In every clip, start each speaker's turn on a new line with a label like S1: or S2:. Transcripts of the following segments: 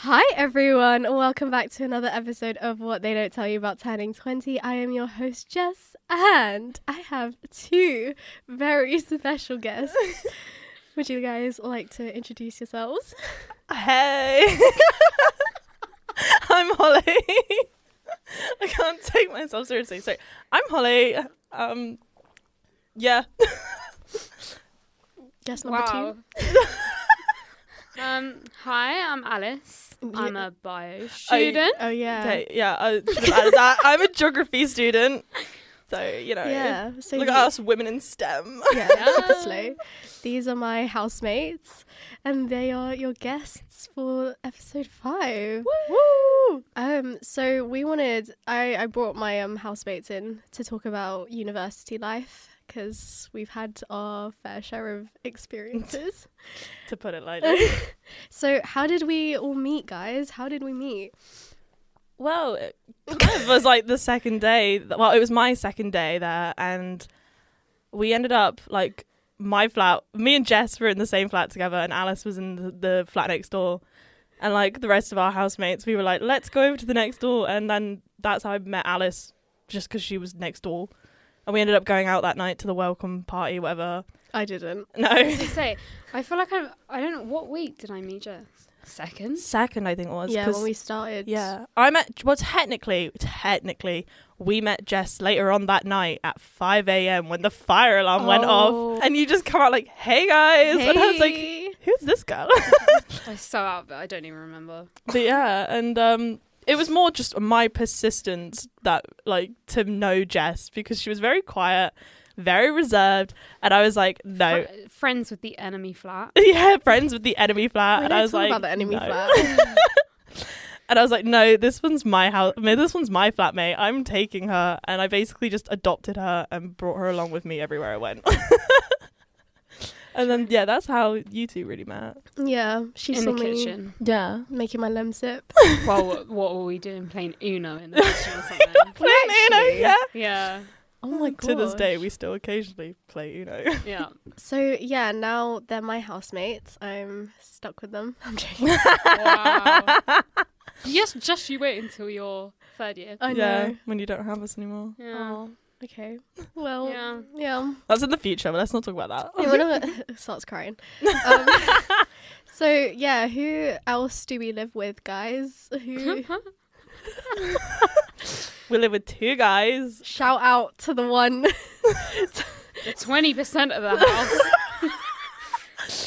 S1: Hi, everyone. Welcome back to another episode of What They Don't Tell You About Turning 20. I am your host, Jess, and I have two very special guests. Would you guys like to introduce yourselves?
S2: Hey, I'm Holly. I can't take myself seriously. Sorry, I'm Holly. Um, yeah,
S1: Guest number
S3: um, hi, I'm Alice.
S1: You-
S3: I'm a bio student.
S1: two. Oh, yeah.
S2: okay, yeah. I should have added that. I'm a geography student, so you know.
S1: Yeah. So
S2: Look
S1: you-
S2: at us, women in STEM.
S1: Yeah, obviously. These are my housemates, and they are your guests for episode five. Woo! Um, so we wanted, I, I brought my um housemates in to talk about university life because we've had our fair share of experiences.
S2: to put it lightly.
S1: so how did we all meet, guys? How did we meet?
S2: Well, it kind of was like the second day. th- Well, it was my second day there, and we ended up like my flat. Me and Jess were in the same flat together, and Alice was in the, the flat next door. And like the rest of our housemates, we were like, let's go over to the next door. And then that's how I met Alice, just because she was next door. And we ended up going out that night to the welcome party, whatever.
S1: I didn't.
S2: No.
S3: As I say, I feel like I'm. I don't know what week did I meet Jess. Second.
S2: Second, I think it was.
S1: yeah,
S2: 'cause-
S1: when we started.
S2: Yeah, I met. Well, technically, technically, we met Jess later on that night at 5 a.m. when the fire alarm went
S3: Oh.
S2: off, and you just come out like, "Hey guys," and I was like,
S1: Hey.
S2: "Who's this girl?"
S3: I was so out, but I don't even remember.
S2: but yeah, and um, it was more just my persistence that like to know Jess because she was very quiet, very reserved, and I was like, "No."
S3: Fr- friends with the enemy flat.
S2: Yeah, friends with the enemy flat,
S1: We
S2: and
S1: don't
S2: I was
S1: talk
S2: like,
S1: about the enemy
S2: "No."
S1: flat.
S2: And I was like, no, this one's my house. I mean, this one's my flatmate. I'm taking her. And I basically just adopted her and brought her along with me everywhere I went. and then, yeah, that's how you two really met.
S1: yeah, she
S3: in
S1: saw
S3: the
S1: me
S3: kitchen.
S2: Yeah.
S1: making my lemon sip.
S3: well, what, what were we doing? Playing Uno in the kitchen or something?
S2: Playing Uno,
S1: actually-
S2: yeah.
S3: yeah,
S1: Oh my god.
S2: To this day, we still occasionally play Uno.
S3: yeah.
S1: So yeah, now they're my housemates. I'm stuck with them. I'm joking.
S3: Wow. yes, just you wait until your third year.
S1: I
S2: yeah,
S1: know.
S2: when you don't have us anymore.
S3: Yeah.
S1: Oh, okay. Well, yeah.
S3: Yeah.
S2: That's in the future, but let's not talk about
S1: Hey,
S2: that.
S1: one of the- starts crying. Um, so yeah, who else do we live with, guys? Who?
S2: we live with two guys.
S1: Shout out to the one.
S3: The twenty percent of the house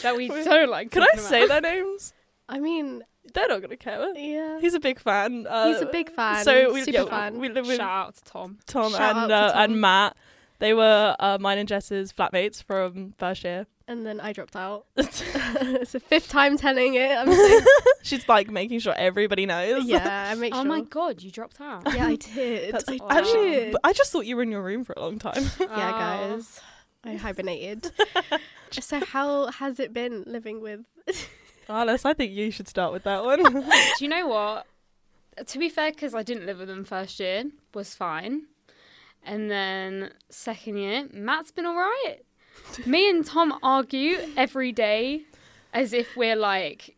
S3: that we don't like.
S2: Can I
S3: talking
S2: say their names?
S1: I mean,
S2: They're not going to care.
S1: yeah.
S2: He's a big fan. Uh,
S1: He's a big fan.
S2: So we,
S1: super
S2: yeah,
S1: fan.
S2: we live
S3: about.
S2: with
S3: Shout out to Tom.
S2: Tom
S1: Shout out
S2: and
S1: to
S2: uh,
S1: Tom.
S2: and Matt. They were uh, mine and Jess's flatmates from first year.
S1: and then I dropped out. it's the fifth time telling it. I'm so-
S2: She's like making sure everybody knows.
S1: yeah, I make sure.
S3: Oh my god, you dropped out.
S1: Yeah, I did.
S2: That's
S1: I
S3: awesome.
S2: actually.
S1: did.
S2: But I just thought you were in your room for a long time.
S1: yeah
S3: Ah.
S1: guys i hibernated so how has it been living with
S2: Alice, I think you should start with that one.
S3: Do you know what? To be fair, because I didn't live with them first year, was fine. And then second year, Matt's been all right. Me and Tom argue every day as if we're like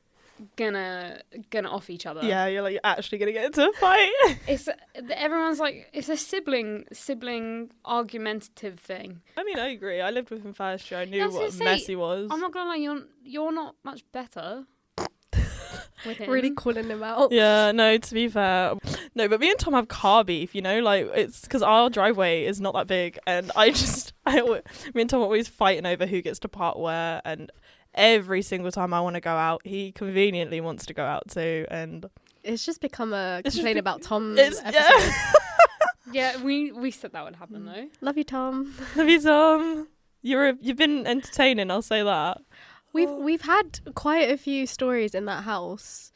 S3: gonna gonna off each other.
S2: yeah, you're like you're actually gonna get into a fight.
S3: It's everyone's like it's a sibling sibling argumentative thing.
S2: I mean, I agree. I lived with him first year. I knew
S3: I was
S2: what a
S3: gonna say,
S2: mess he was.
S3: I'm not gonna lie, you're you're not much better. with him.
S1: really calling him out
S2: Yeah, no, to be fair. No, but me and Tom have car beef, you know? Like, it's because our driveway is not that big. And I just, I, al- me and Tom are always fighting over who gets to park where. And every single time I want to go out, he conveniently wants to go out too. And
S1: it's just become a
S2: It's just
S1: complaint
S2: be-
S1: about
S3: Mm,
S1: tom
S2: it's,
S1: episode.
S2: yeah.
S3: Yeah, we we said that would happen though.
S1: love you tom
S2: Love you, Tom. You're a, you've been entertaining, I'll say that.
S1: we've we've had quite a few stories in that house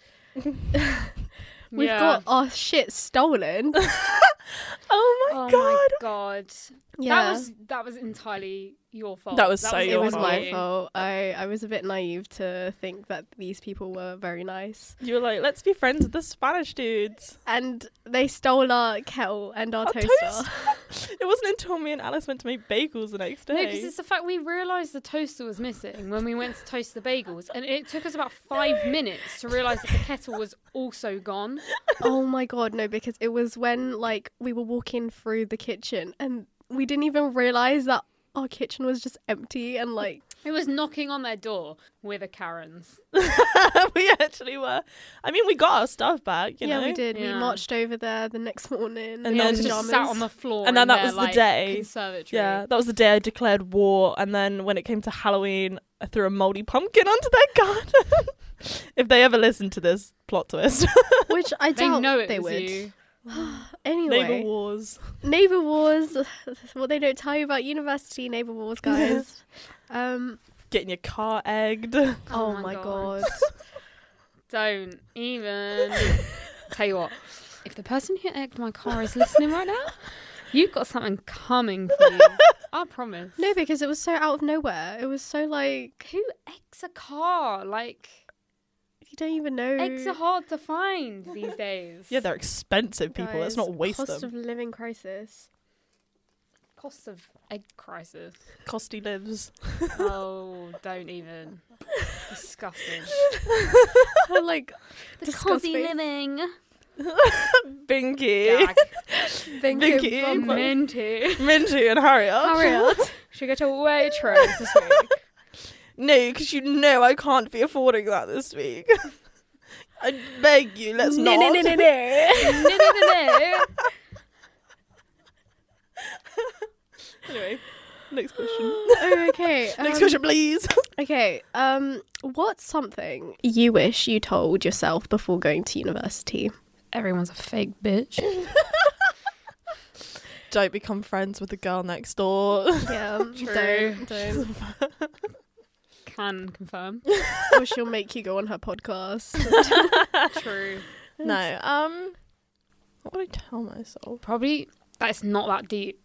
S1: we've
S3: Yeah.
S1: got our shit stolen
S2: Oh my
S3: Oh
S2: God.
S3: my god.
S1: yeah
S3: That was that was entirely your fault.
S2: That was so
S1: It
S2: your
S1: was my
S3: you.
S1: fault. I, I was a bit naive to think that these people were very nice.
S2: You were like, let's be friends with the Spanish dudes.
S1: And they stole our kettle and our,
S2: Our
S1: toaster.
S2: toast. it wasn't until me and Alice went to make bagels the next day.
S3: No, because it's the fact we realised the toaster was missing when we went to toast the bagels, and it took us about five minutes to realise that the kettle was also gone.
S1: oh my god, no, because it was when like we were walking through the kitchen and we didn't even realise that our kitchen was just empty and like
S3: It was knocking on their door with a Karen's.
S2: we actually were. I mean, we got our stuff back, you
S1: Yeah,
S2: know.
S1: we did. We
S3: Yeah.
S1: marched over there the next morning.
S2: And
S1: in our
S2: then-
S3: And just
S1: pajamas.
S3: sat on the floor,
S2: And then
S3: in
S2: that
S3: their,
S2: was the
S3: like,
S2: day.
S3: Conservatory.
S2: Yeah, that was the day I declared war. And then when it came to Halloween, I threw a moldy pumpkin onto their garden. if they ever listen to this plot twist,
S1: which I
S3: they
S1: doubt
S3: know it
S1: they
S3: was
S1: would.
S3: you.
S1: Anyway,
S2: neighbor
S1: neighbor,
S2: wars.
S1: wars. what they don't tell you about university neighbor wars, guys. um.
S2: Getting your car egged.
S1: Oh, my god.
S3: Don't even. Tell you what, if the person who egged my car is listening right now, you've got something coming for you. I promise.
S1: no, because it was so out of nowhere. It was so like
S3: Who eggs a car? Like,
S1: you don't even know.
S3: eggs are hard to find these days.
S2: Yeah, they're expensive people. Let's
S1: guys.
S2: not waste
S1: cost
S2: them.
S1: of living crisis.
S3: cost of egg crisis.
S2: Costy lives.
S3: Oh, don't even. Disgusting.
S1: Or, like
S3: The
S1: Disgusting.
S3: cozy living.
S2: Binky.
S3: Gag.
S1: thank
S2: Vicky,
S1: you. bum-
S2: but-
S3: Minty.
S2: Minty and Harriet.
S1: Harriet.
S3: Should get a waitress this week.
S2: No, because you know I can't be affording that this week. I beg you, let's
S1: No,
S2: not.
S1: no, no, no, no.
S3: no, no, no, no.
S2: Anyway, next question.
S1: Oh, okay.
S2: next
S1: um,
S2: question, please.
S1: Okay. Um, what's something you wish you told yourself before going to university?
S3: Everyone's a fake bitch.
S2: Don't become friends with the girl next door.
S1: Yeah, um,
S3: True.
S1: don't, don't.
S3: Can confirm.
S1: or she'll make you go on her podcast.
S3: True.
S2: no. Um. What would I tell myself?
S3: Probably that's not that deep.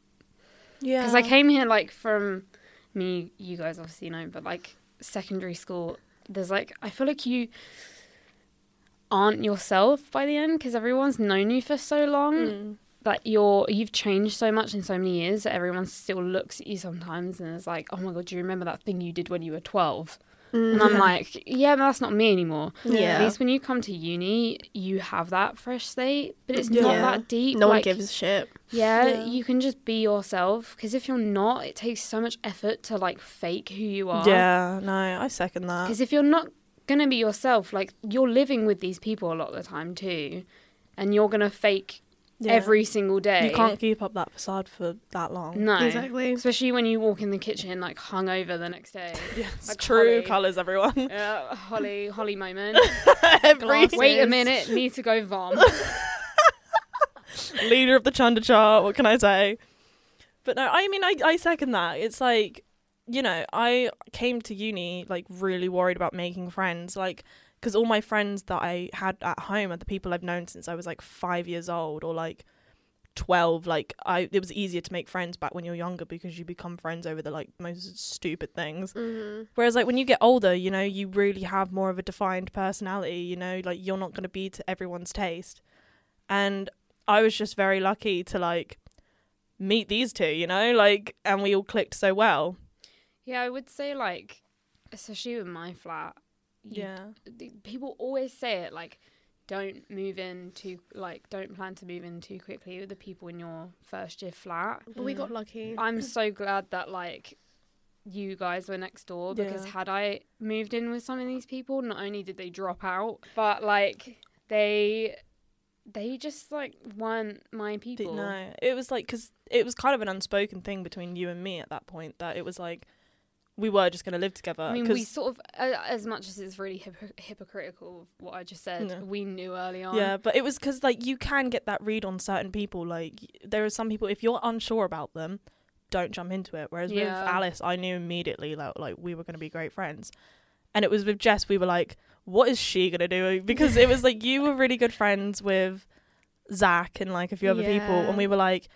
S2: Yeah.
S3: Because I came here like from me, you guys obviously know, but like secondary school, there's like, I feel like you aren't yourself by the end because everyone's known you for so long
S2: Hmm.
S3: that you're you've changed so much in so many years that everyone still looks at you sometimes and is like, oh my god, do you remember that thing you did when you were 12?
S1: Mm.
S3: And I'm like, yeah, but that's not me anymore.
S1: Yeah.
S3: At least when you come to uni, you have that fresh slate, but it's not
S1: Yeah.
S3: that deep.
S1: no one
S3: like,
S1: gives a shit.
S3: yeah,
S2: Yeah.
S3: you can just be yourself because if you're not, it takes so much effort to like fake who you are.
S2: Yeah. No, I second that.
S3: Because if you're not gonna be yourself, like you're living with these people a lot of the time too, and you're gonna fake
S2: Yeah.
S3: every single day.
S2: You can't keep up that facade for that long.
S3: No.
S1: Exactly.
S3: Especially when you walk in the kitchen like hungover the next day.
S2: Yeah, it's
S3: Like
S2: true
S3: Holly.
S2: colors, everyone.
S3: Uh, Holly, Holly moment.
S2: Every
S1: Glasses.
S3: Wait a minute, need to go vom.
S2: leader of the Chunder chart. What can I say? But no, I mean, I, I second that. It's like, you know, I came to uni like really worried about making friends, like because all my friends that I had at home are the people I've known since I was like five years old or like twelve. Like I, it was easier to make friends back when you're younger because you become friends over the like most stupid things.
S1: Mhm.
S2: Whereas, like, when you get older, you know, you really have more of a defined personality, you know, like, you're not going to be to everyone's taste. And I was just very lucky to, like, meet these two, you know, like, and we all clicked so well.
S3: yeah, I would say like, especially with my flat, you the- people always say it like don't move in too like don't plan to move in too quickly with the people in your first year flat Mm.
S1: But we got lucky.
S3: i'm so glad that like you guys were next door because
S2: Yeah.
S3: had i moved in with some of these people not only did they drop out but like they they just like weren't my
S2: But
S3: people
S2: no, it was like, because it was kind of an unspoken thing between you and me at that point that it was like, we were just going to live together.
S3: I mean,
S2: 'cause-
S3: we sort of, uh, as much as it's really hypo- hypocritical of what I just said,
S2: No.
S3: we knew early on.
S2: Yeah, but it was because like you can get that read on certain people. Like y- there are some people if you're unsure about them, don't jump into it. Whereas with
S3: Yeah.
S2: Alice, I knew immediately like like we were gonna be great friends, and it was with Jess we were like, what is she gonna do? Because it was like you were really good friends with Zach and like a few other people,
S1: Yeah.
S2: and we were like.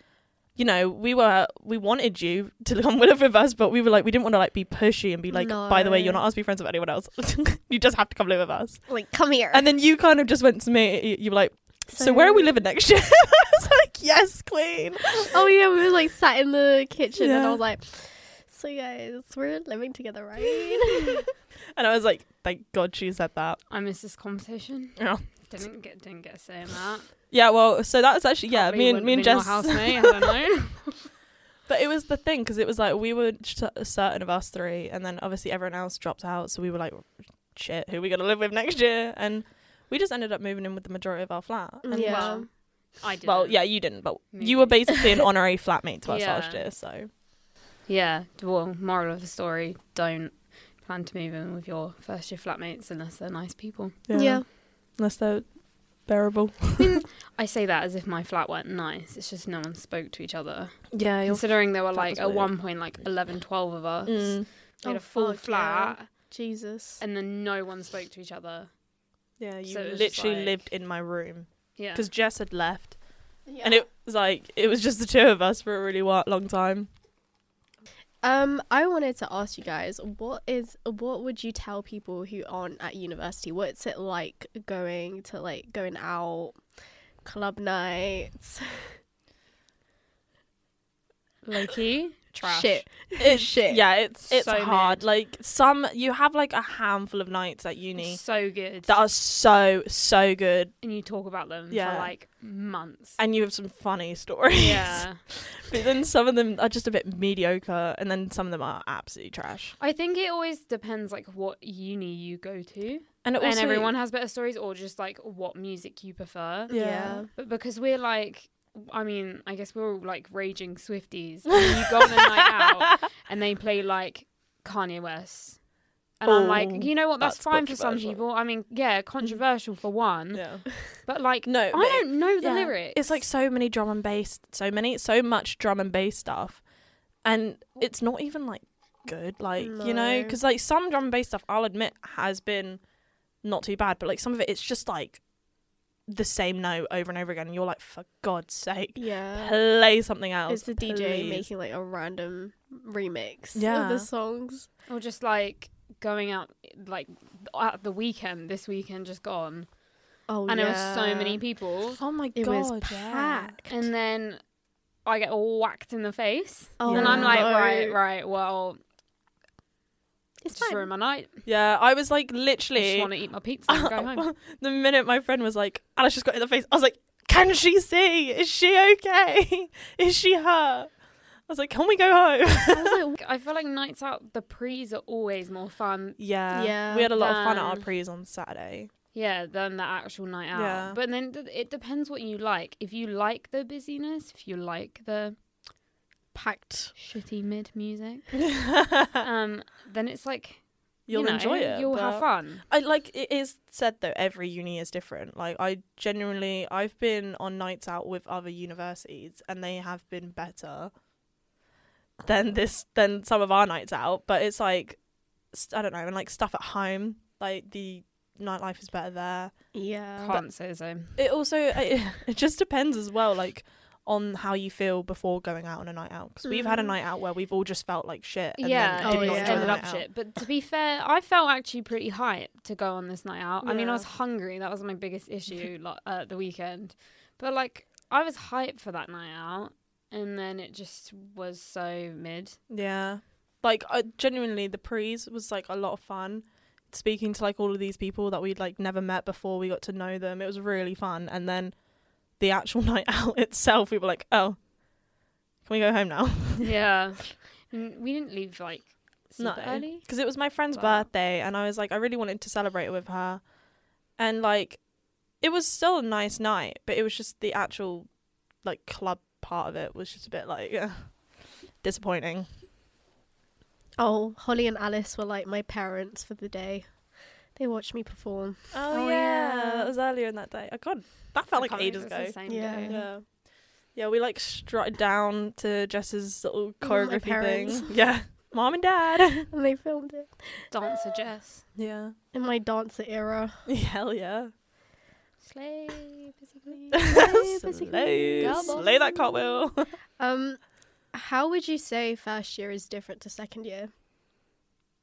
S2: you know, we were we wanted you to come live with us, but we were like we didn't want to like be pushy and be like, by the way, you're
S1: No.
S2: not allowed to be friends with anyone else. you just have to come live with us.
S1: Like, come here.
S2: And then you kind of just went to me. You, you were like, so, where are we living next year? I was like, yes, queen.
S1: Oh yeah, we were like sat in the kitchen, and
S2: Yeah.
S1: I was like, "So guys, we're living together, right?"
S2: And I was like, thank God she said that.
S3: I missed this conversation.
S2: Yeah.
S3: Didn't get didn't get a say in that.
S2: Yeah, well, so that's actually yeah,
S3: Probably
S2: me and
S3: wouldn't
S2: me and
S3: have been your
S2: Jess.
S3: housemate, I don't know.
S2: But it was the thing because it was like we were ch- certain of us three, and then obviously everyone else dropped out. So we were like, shit, who are we gonna live with next year? And we just ended up moving in with the majority of our flat. And
S1: Yeah.
S3: Well, I did.
S2: Well, yeah, you didn't, but
S3: Me
S2: you were basically an honorary flatmate to us
S3: Yeah.
S2: last year. So
S3: Yeah. Well, moral of the story: don't plan to move in with your first year flatmates unless they're nice people.
S1: yeah.
S2: unless they're bearable.
S3: I say that as if my flat weren't nice. It's just no one spoke to each other.
S2: Yeah,
S3: Considering there were
S2: flat
S3: like
S2: was
S3: at
S2: weird. Mm.
S3: one point like 11, 12 of us. We had
S1: Oh,
S3: a full
S1: fuck,
S3: flat,
S1: Jesus.
S3: and then no one spoke to each other.
S2: yeah. You
S3: So it was just
S2: literally
S3: like-
S2: lived in my room
S3: Yeah.
S2: because Jess had left, and it was like it was just the two of us for a really wa- long time.
S1: Um, I wanted to ask you guys, what is what would you tell people who aren't at university? What's it like going to like going out, club nights?
S3: Low key trash.
S1: Shit.
S2: It's
S1: Shit.
S2: Yeah, it's it's
S3: So
S2: hard. Like some you have like a handful of nights at uni
S3: So good.
S2: that are so so good,
S3: and you talk about them
S2: Yeah.
S3: for like months.
S2: and you have some funny stories.
S3: yeah.
S2: but then some of them are just a bit mediocre, and then some of them are absolutely trash.
S3: I think it always depends like what uni you go to.
S2: And it also
S3: and everyone has better stories or just like what music you prefer.
S2: Yeah.
S3: But because we're like I mean, I guess we're all like raging Swifties. And you go on a night out and they play like Kanye West. And I'm
S2: Oh,
S3: like, you know what, that's,
S2: that's
S3: fine for some
S2: controversial.
S3: people. I mean, yeah, controversial for one.
S2: yeah.
S3: But like
S2: No,
S3: I
S2: but it-
S3: don't know the
S2: yeah.
S3: lyrics.
S2: It's like so many drum and bass, so many, so much drum and bass stuff, and it's not even like good, like you know,
S1: No.
S2: because like some drum and bass stuff, I'll admit, has been not too bad, but like some of it, it's just like the same note over and over again, and you're like, for God's sake,
S1: Yeah.
S2: play something else.
S1: It's the DJ
S2: please."
S1: making like a random remix of
S2: Yeah.
S1: the songs.
S3: Or just like going out like at the weekend, this weekend just gone.
S1: Oh
S3: And
S1: yeah.
S3: there were so many people.
S2: Oh my
S1: It
S2: god!
S1: was
S2: yeah.
S1: packed.
S3: and then I get all whacked in the face,
S1: Oh,
S3: and I'm like,
S1: no.
S3: right, right, well,
S1: It's
S3: just
S1: fine.
S3: ruin my night.
S2: Yeah, I was like
S3: I just
S2: literally.
S3: want to eat my pizza and go home.
S2: the minute my friend was like, Alice just got hit in the face, I was like, Can she see? Is she okay? Is she hurt? I was like, Can we go home?
S3: I, was like, I feel like nights out, the pre's are always more fun,
S2: yeah.
S1: Yeah,
S2: We had a lot of fun at our
S3: then-
S2: pre's on Saturday.
S3: yeah, than the actual night out.
S2: Yeah.
S3: But then th- it depends what you like. If you like the busyness, if you like the
S1: packed.
S3: shitty mid music,
S2: You'll
S3: um, then it's like you know,
S2: enjoy it.
S3: You'll have
S2: but-
S3: fun.
S2: I like it is said though every uni is different. Like I genuinely I've been on nights out with other universities and they have been better than this than some of our nights out. But it's like st- I don't know and like stuff at home like the nightlife is better there.
S1: Yeah.
S3: Can't say the same.
S2: It also it, it just depends as well like on how you feel before going out on a night out because we've had a
S1: Mhm.
S2: night out where we've all just felt like shit. And
S3: Mm. yeah,
S2: then did
S1: Oh,
S3: it
S2: not
S1: yeah.
S2: enjoy the
S3: ended
S2: night
S3: up
S2: out.
S3: shit. But to be fair, I felt actually pretty hyped to go on this night out. I
S2: Yeah.
S3: mean, I was hungry. That was my biggest issue like, uh, the weekend. But like, I was hyped for that night out, and then it just was so mid.
S2: Yeah. Like I genuinely the pre's was like a lot of fun. Speaking to like all of these people that we'd like never met before, we got to know them. It was really fun. And then the actual night out itself, we were like, Oh, can we go home now?
S3: yeah, and we didn't leave like super
S2: No.
S3: early.
S2: Because it was my friend's
S3: Wow.
S2: birthday and I was like I really wanted to celebrate it with her. And like it was still a nice night, but it was just the actual like club part of it was just a bit like disappointing.
S1: Oh, Holly and Alice were like my parents for the day. They watched me perform.
S2: Oh,
S1: Oh,
S2: yeah.
S1: yeah.
S2: that was earlier in that day. Oh god, that felt like ages ago.
S1: Yeah.
S3: Yeah.
S2: Yeah, yeah, we like strutted down to Jess's little
S1: my
S2: choreography
S1: parents.
S2: thing. Yeah, mom and dad.
S1: And they filmed it
S3: Dancer Jess.
S2: yeah,
S1: in my dancer era.
S2: hell yeah.
S3: Slay, pussy please.
S1: Slay, pussy
S2: Slay,
S1: girl boss.
S2: slay that cartwheel.
S1: Um, how would you say first year is different to second year?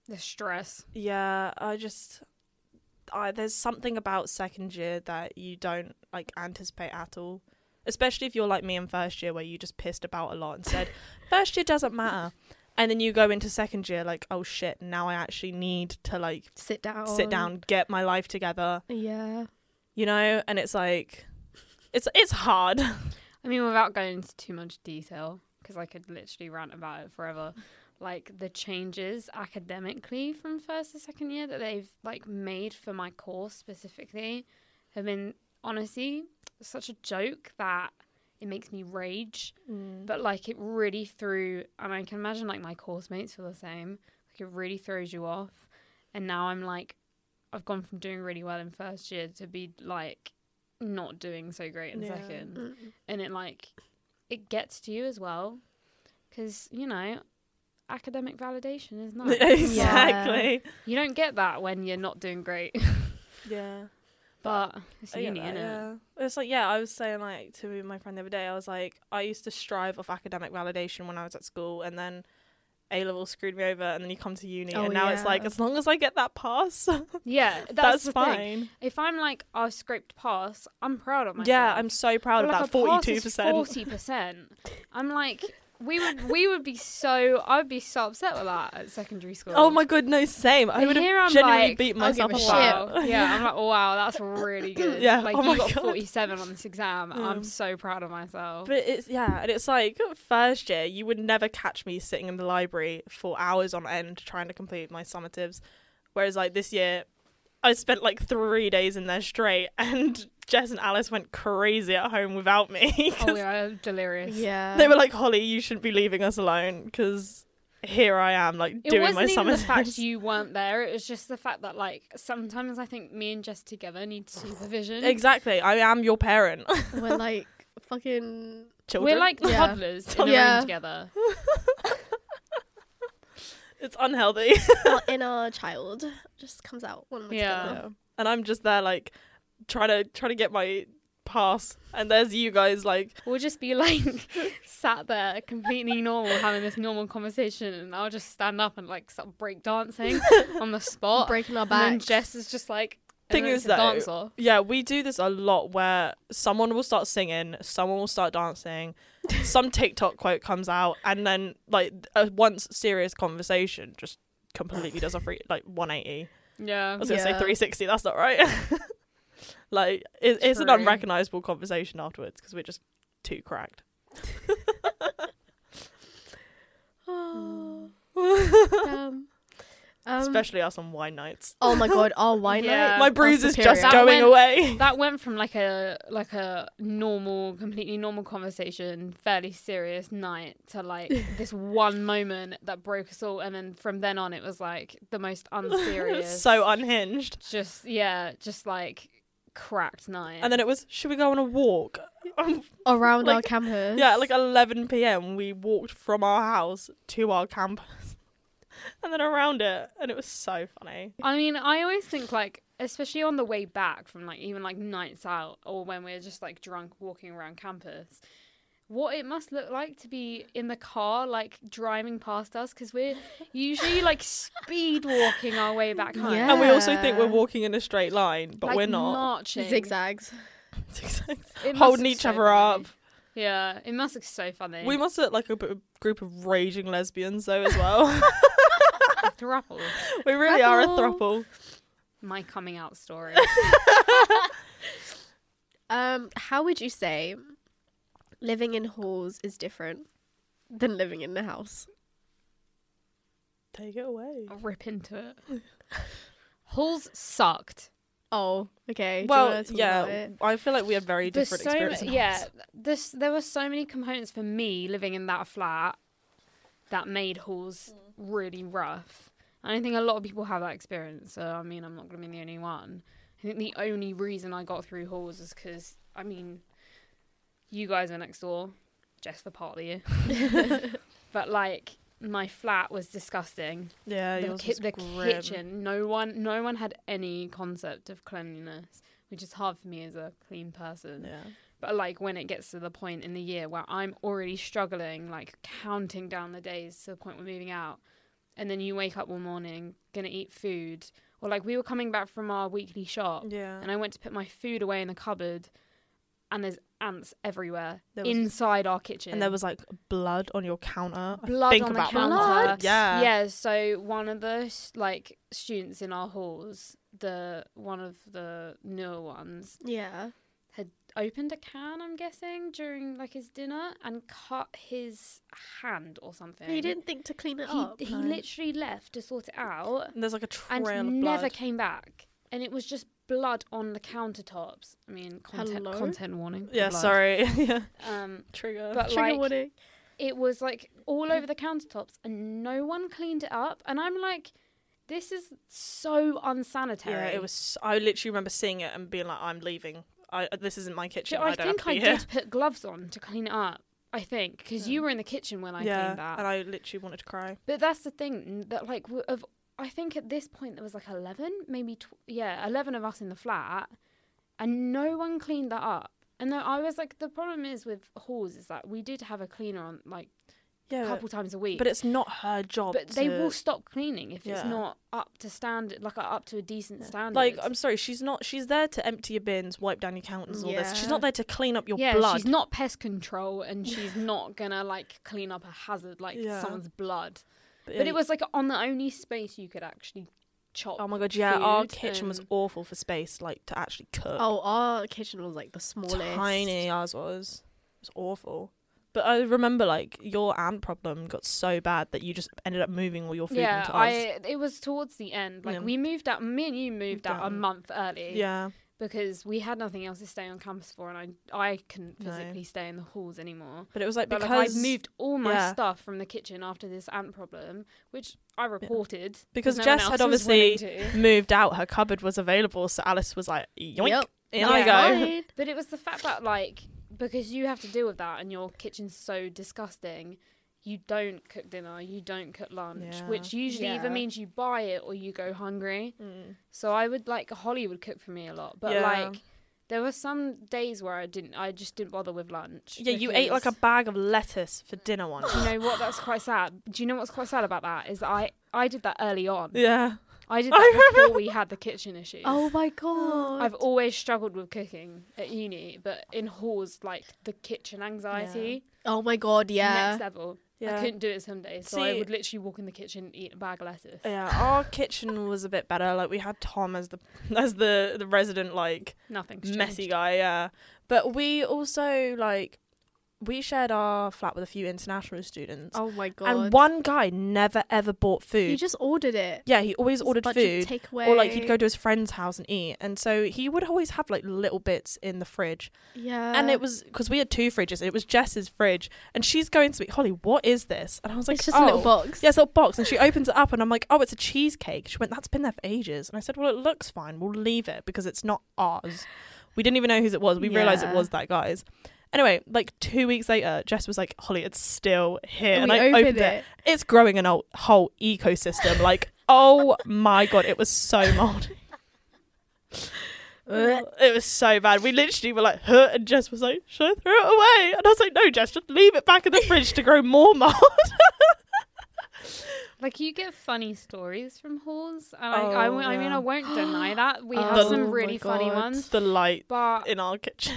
S3: The stress.
S2: Yeah, I just I there's something about second year that you don't like anticipate at all. Especially if you're like me in first year where you just pissed about a lot and said, first year doesn't matter. And then you go into second year like, oh shit, now I actually need to like
S1: Sit down.
S2: sit down, get my life together,
S1: Yeah.
S2: you know? And it's like it's it's hard.
S3: I mean, without going into too much detail, because I could literally rant about it forever. Like the changes academically from first to second year that they've like made for my course specifically have been honestly such a joke that it makes me rage.
S2: Mm.
S3: But like it really threw, and I can imagine like my course mates were the same. Like it really throws you off. And now I'm like, I've gone from doing really well in first year to be like not doing so great in
S2: Yeah.
S3: second
S1: Mm.
S3: and it like it gets to you as well because you know academic validation is nice
S2: exactly.
S3: you don't get that when you're not doing great
S2: yeah.
S3: but it's
S2: I get
S3: uni
S2: that,
S3: innit?
S2: Oh, yeah. It's like yeah, I was saying like to my friend the other day, I was like, I used to strive off academic validation when I was at school, and then A level screwed me over, and then you come to uni,
S1: Oh,
S2: and now it's like
S1: yeah.
S2: as long as I get that pass, that's,
S3: yeah that's, the
S2: fine.
S3: thing. if i'm like i scraped pass i'm proud of myself
S2: Yeah, I'm so proud of that forty-two percent.
S3: forty percent i'm like we would we would be so i would be so upset with that at secondary school
S2: Oh my god, no, same. I
S3: But
S2: would
S3: here I'm
S2: have genuinely
S3: like,
S2: beat
S1: I'll give
S2: myself
S1: a
S2: up.
S1: shit.
S3: wow. yeah, I'm like, wow, that's really good.
S2: Yeah,
S3: like
S2: oh
S3: you
S2: my
S3: got
S2: God.
S3: 47 on this exam. I'm
S2: Mm.
S3: so proud of myself.
S2: But it's yeah, and it's like first year, you would never catch me sitting in the library for hours on end trying to complete my summatives. Whereas like this year, I spent like three days in there straight, and Jess and Alice went crazy at home without me. 'cause
S3: oh, we are delirious.
S1: Yeah.
S2: They were like, Holly, you shouldn't be leaving us alone because here I am like
S3: It
S2: doing
S3: wasn't
S2: my
S3: even
S2: summatives.
S3: the fact you weren't there. It was just the fact that like sometimes I think me and Jess together need supervision.
S2: exactly, I am your parent.
S1: We're like fucking.
S2: Children,
S3: We're like
S1: Yeah.
S3: toddlers in a
S1: Yeah.
S3: room together.
S2: it's unhealthy.
S1: our inner child just comes out when we're
S3: Yeah.
S1: together.
S2: Yeah. And I'm just there like trying to trying to get my pass, and there's you guys like.
S3: We'll just be like sat there completely normal, having this normal conversation, and I'll just stand up and like start break dancing on the spot.
S1: Breaking our
S3: and then
S1: backs.
S3: Jess is just like
S2: Thing
S3: and then
S2: is
S3: it's a
S2: though-
S3: dance off.
S2: Yeah, we do this a lot where someone will start singing, someone will start dancing, some TikTok quote comes out, and then like a once serious conversation just completely does a free like 180. I
S3: Yeah.
S2: was gonna say
S1: Yeah.
S2: 360. That's not right. like it, it's an
S3: True.
S2: unrecognizable conversation afterwards because we're just too cracked.
S1: Oh. um, um,
S2: Especially us on wine nights.
S1: oh my god, our wine
S3: Yeah.
S1: night.
S2: My
S1: our
S2: bruise is
S1: superior.
S2: just
S3: That
S2: going
S3: went-
S2: away.
S3: that went from like a like a normal, completely normal conversation, fairly serious night to like this one moment that broke us all, and then from then on it was like the most unserious,
S2: so unhinged.
S3: just yeah, just like cracked night.
S2: And then it was, should we go on a walk?
S3: Um,
S1: around our
S2: like-
S1: campus.
S2: Yeah, like 11 p.m. We walked from our house to our campus, and then around it, and it was so funny.
S3: I mean, I always think like, especially on the way back from like even like nights out or when we're just like drunk walking around campus, what it must look like to be in the car like driving past us because we're usually like speed walking our way back home.
S1: Yeah.
S2: And we also think we're
S1: Yeah.
S2: walking in a straight line, but
S3: Like,
S2: we're not.
S3: marching.
S1: zigzags.
S2: Zigzags.
S3: It must
S2: Holding
S3: look
S2: each
S3: so
S2: other
S3: funny.
S2: up.
S3: Yeah, it must look so funny.
S2: We must look like a, b- a group of raging lesbians, though, as well.
S3: Thruple.
S2: we really are a
S1: Throuple.
S2: throuple.
S3: My coming out story.
S1: Um, how would you say living in halls is different than living in the house?
S2: Take it away.
S3: I'll rip into it. Halls sucked.
S1: Oh, okay. do you
S2: well,
S1: wanna talk about
S2: yeah,
S1: it?
S2: I feel like we had very
S3: There's
S2: different
S3: so ma-
S2: experiences.
S3: yeah, this there were so many components for me living in that flat that made halls
S2: Mm.
S3: really rough. And I think a lot of people have that experience. So I mean, I'm not going to be the only one. I think the only reason I got through halls is because I mean, you guys were next door, Jess for part of you, but like my flat was disgusting.
S2: Yeah,
S3: The,
S2: Oh, yours
S3: ki-
S2: was
S3: the
S2: grim.
S3: kitchen, no one, no one had any concept of cleanliness. which is hard for me as a clean person.
S2: Yeah.
S3: But like when it gets to the point in the year where I'm already struggling, like counting down the days to the point we're moving out, and then you wake up one morning gonna eat food, or like we were coming back from our weekly shop,
S2: Yeah.
S3: Oh, and I went to put my food away in the cupboard, and there's ants everywhere
S2: There was-
S3: inside our kitchen.
S2: And there was like blood on your counter. I
S3: blood
S2: think
S3: on the
S2: about that.
S3: counter.
S1: Blood?
S2: Yeah.
S3: Yeah. So one of the s- like students in our halls, the one of the newer ones,
S1: Yeah.
S3: opened a can. I'm guessing during like his dinner and cut his hand or something.
S1: He didn't think to clean it
S3: Um, He,
S1: up.
S3: he
S2: no.
S3: literally left to sort it out
S2: And there's like a trail
S3: and
S2: of
S3: never
S2: blood.
S3: came back. And it was just blood on the countertops. I mean, content,
S1: Hello?
S3: content warning. for
S2: yeah,
S3: blood.
S2: sorry. yeah.
S3: Um,
S2: Trigger.
S3: but
S1: Trigger
S3: like,
S1: warning.
S3: it was like all over the countertops and no one cleaned it up and i'm like this is so unsanitary
S2: yeah, it was. I literally remember seeing it and being like, "I'm leaving. I, uh, this isn't my
S3: So
S2: kitchen. I,
S3: i
S2: don't have
S3: think
S2: to
S3: i
S2: be here."
S3: did put gloves on to clean it up i think because you were in the kitchen when i
S2: yeah,
S3: cleaned that
S2: and I literally wanted to cry.
S3: but that's the thing n- that like w- of i think at this point there was like 11 maybe tw- yeah 11 of us in the flat and no one cleaned that up and though i was like the problem is with halls is that we did have a cleaner on like a
S2: Yeah,
S3: couple times a week
S2: Uh, but it's not her job.
S3: But they
S2: to-
S3: will stop cleaning if it's
S2: Yeah.
S3: not up to standard, like uh, up to a decent standard.
S2: Like, I'm sorry, she's not. She's there to empty your bins, wipe down your counters, and all this. She's
S1: Yeah.
S2: not there to clean up your
S3: yeah,
S2: blood.
S3: she's not pest control, and she's not gonna like clean up a hazard like
S2: Yeah.
S3: someone's blood.
S2: but,
S3: But
S2: yeah,
S3: it was like on the only space you could actually chop.
S2: Oh my god, yeah, our
S3: food
S2: kitchen was
S3: and-
S2: awful for space, like to actually cook.
S1: Oh, our kitchen was like the smallest.
S2: uh, tiny ours was. It was awful. But I remember like your ant problem got so bad that you just ended up moving all your food
S3: yeah,
S2: into us.
S3: I it was towards the end. Like
S2: Yeah.
S3: we moved out. Me and you moved
S2: Moved
S3: out a
S2: out.
S3: month early.
S2: Yeah,
S3: because we had nothing else to stay on campus for, and I I couldn't
S2: No.
S3: physically stay in the halls anymore.
S2: but it was like
S3: But
S2: because
S3: like, I moved all my
S2: yeah.
S3: stuff from the kitchen after this ant problem, which I reported
S2: Because
S3: no one
S2: Jess
S3: else
S2: had
S3: was willing
S2: obviously-
S3: to.
S2: moved out, her cupboard was available, so Alice was like, "Yoink,
S1: Yep.
S2: in
S3: Yeah.
S2: I go."
S1: Fine.
S3: But it was the fact that like because you have to deal with that, and your kitchen's so disgusting. You don't cook dinner, you don't cook lunch,
S2: Yeah.
S3: which usually either
S1: Yeah.
S3: means you buy it or you go hungry.
S2: Mm.
S3: So I would like Holly would cook for me a lot, but
S2: Yeah.
S3: like there were some days where I didn't, I just didn't bother with lunch.
S2: Yeah, you ate like a
S3: because-
S2: bag of lettuce for dinner once.
S3: Do you know what? That's quite sad. Do you know what's quite sad about that? Is that I I did that early on.
S2: yeah,
S3: I did
S2: I
S3: that before
S2: remember.
S3: we had the kitchen issue.
S1: Oh my god.
S3: I've always struggled with cooking at uni, but in halls, like the kitchen anxiety,
S1: oh my god. Yeah.
S3: next level. I
S2: Yeah.
S3: couldn't do it some days, so I
S2: See-
S3: would literally walk in the kitchen and eat a bag of lettuce.
S2: yeah. Our kitchen was a bit better. Like we had Tom as the as the the resident like
S3: Nothing's
S2: messy
S3: changed.
S2: guy. Yeah, but we also like we shared our flat with a few international students,
S1: Oh my god.
S2: and one guy never ever bought food.
S1: He just ordered it.
S2: yeah, he always
S1: It's a
S2: ordered
S1: bunch of
S2: food.
S1: Takeaway.
S2: or like he'd go to his friend's house and eat and so he would always have like little bits in the fridge
S1: Yeah.
S2: and it was because we had two fridges and it was jess's fridge and she's going to me holly what is this and i was like
S1: it's just
S2: oh.
S1: a little box.
S2: yeah, it's a little box, and she opens it up, and I'm like, "Oh, it's a cheesecake." She went, "That's been there for ages," and I said, "Well, it looks fine. We'll leave it because it's not ours." We didn't even know whose it was. We realized it
S1: Yeah.
S2: was that guy's. Anyway, like two weeks later, Jess was like, "Holly, it's still here,"
S1: And
S2: and,
S1: we
S2: I
S1: opened,
S2: it.
S1: it.
S2: It's growing an whole, whole ecosystem. Like, oh my god, it was so mold. it was so bad. We literally were like, "Huh," and Jess was like, "Should I throw it away?" And I was like, "No, Jess, just leave it back in the fridge to grow more mold."
S3: Like you get funny stories from halls, and I, I,
S2: Oh,
S3: won't- I mean,
S2: yeah.
S3: I won't deny that we
S1: Oh
S3: have
S2: my
S3: some really funny
S1: God.
S3: ones,
S2: the light
S3: but
S2: in our kitchen,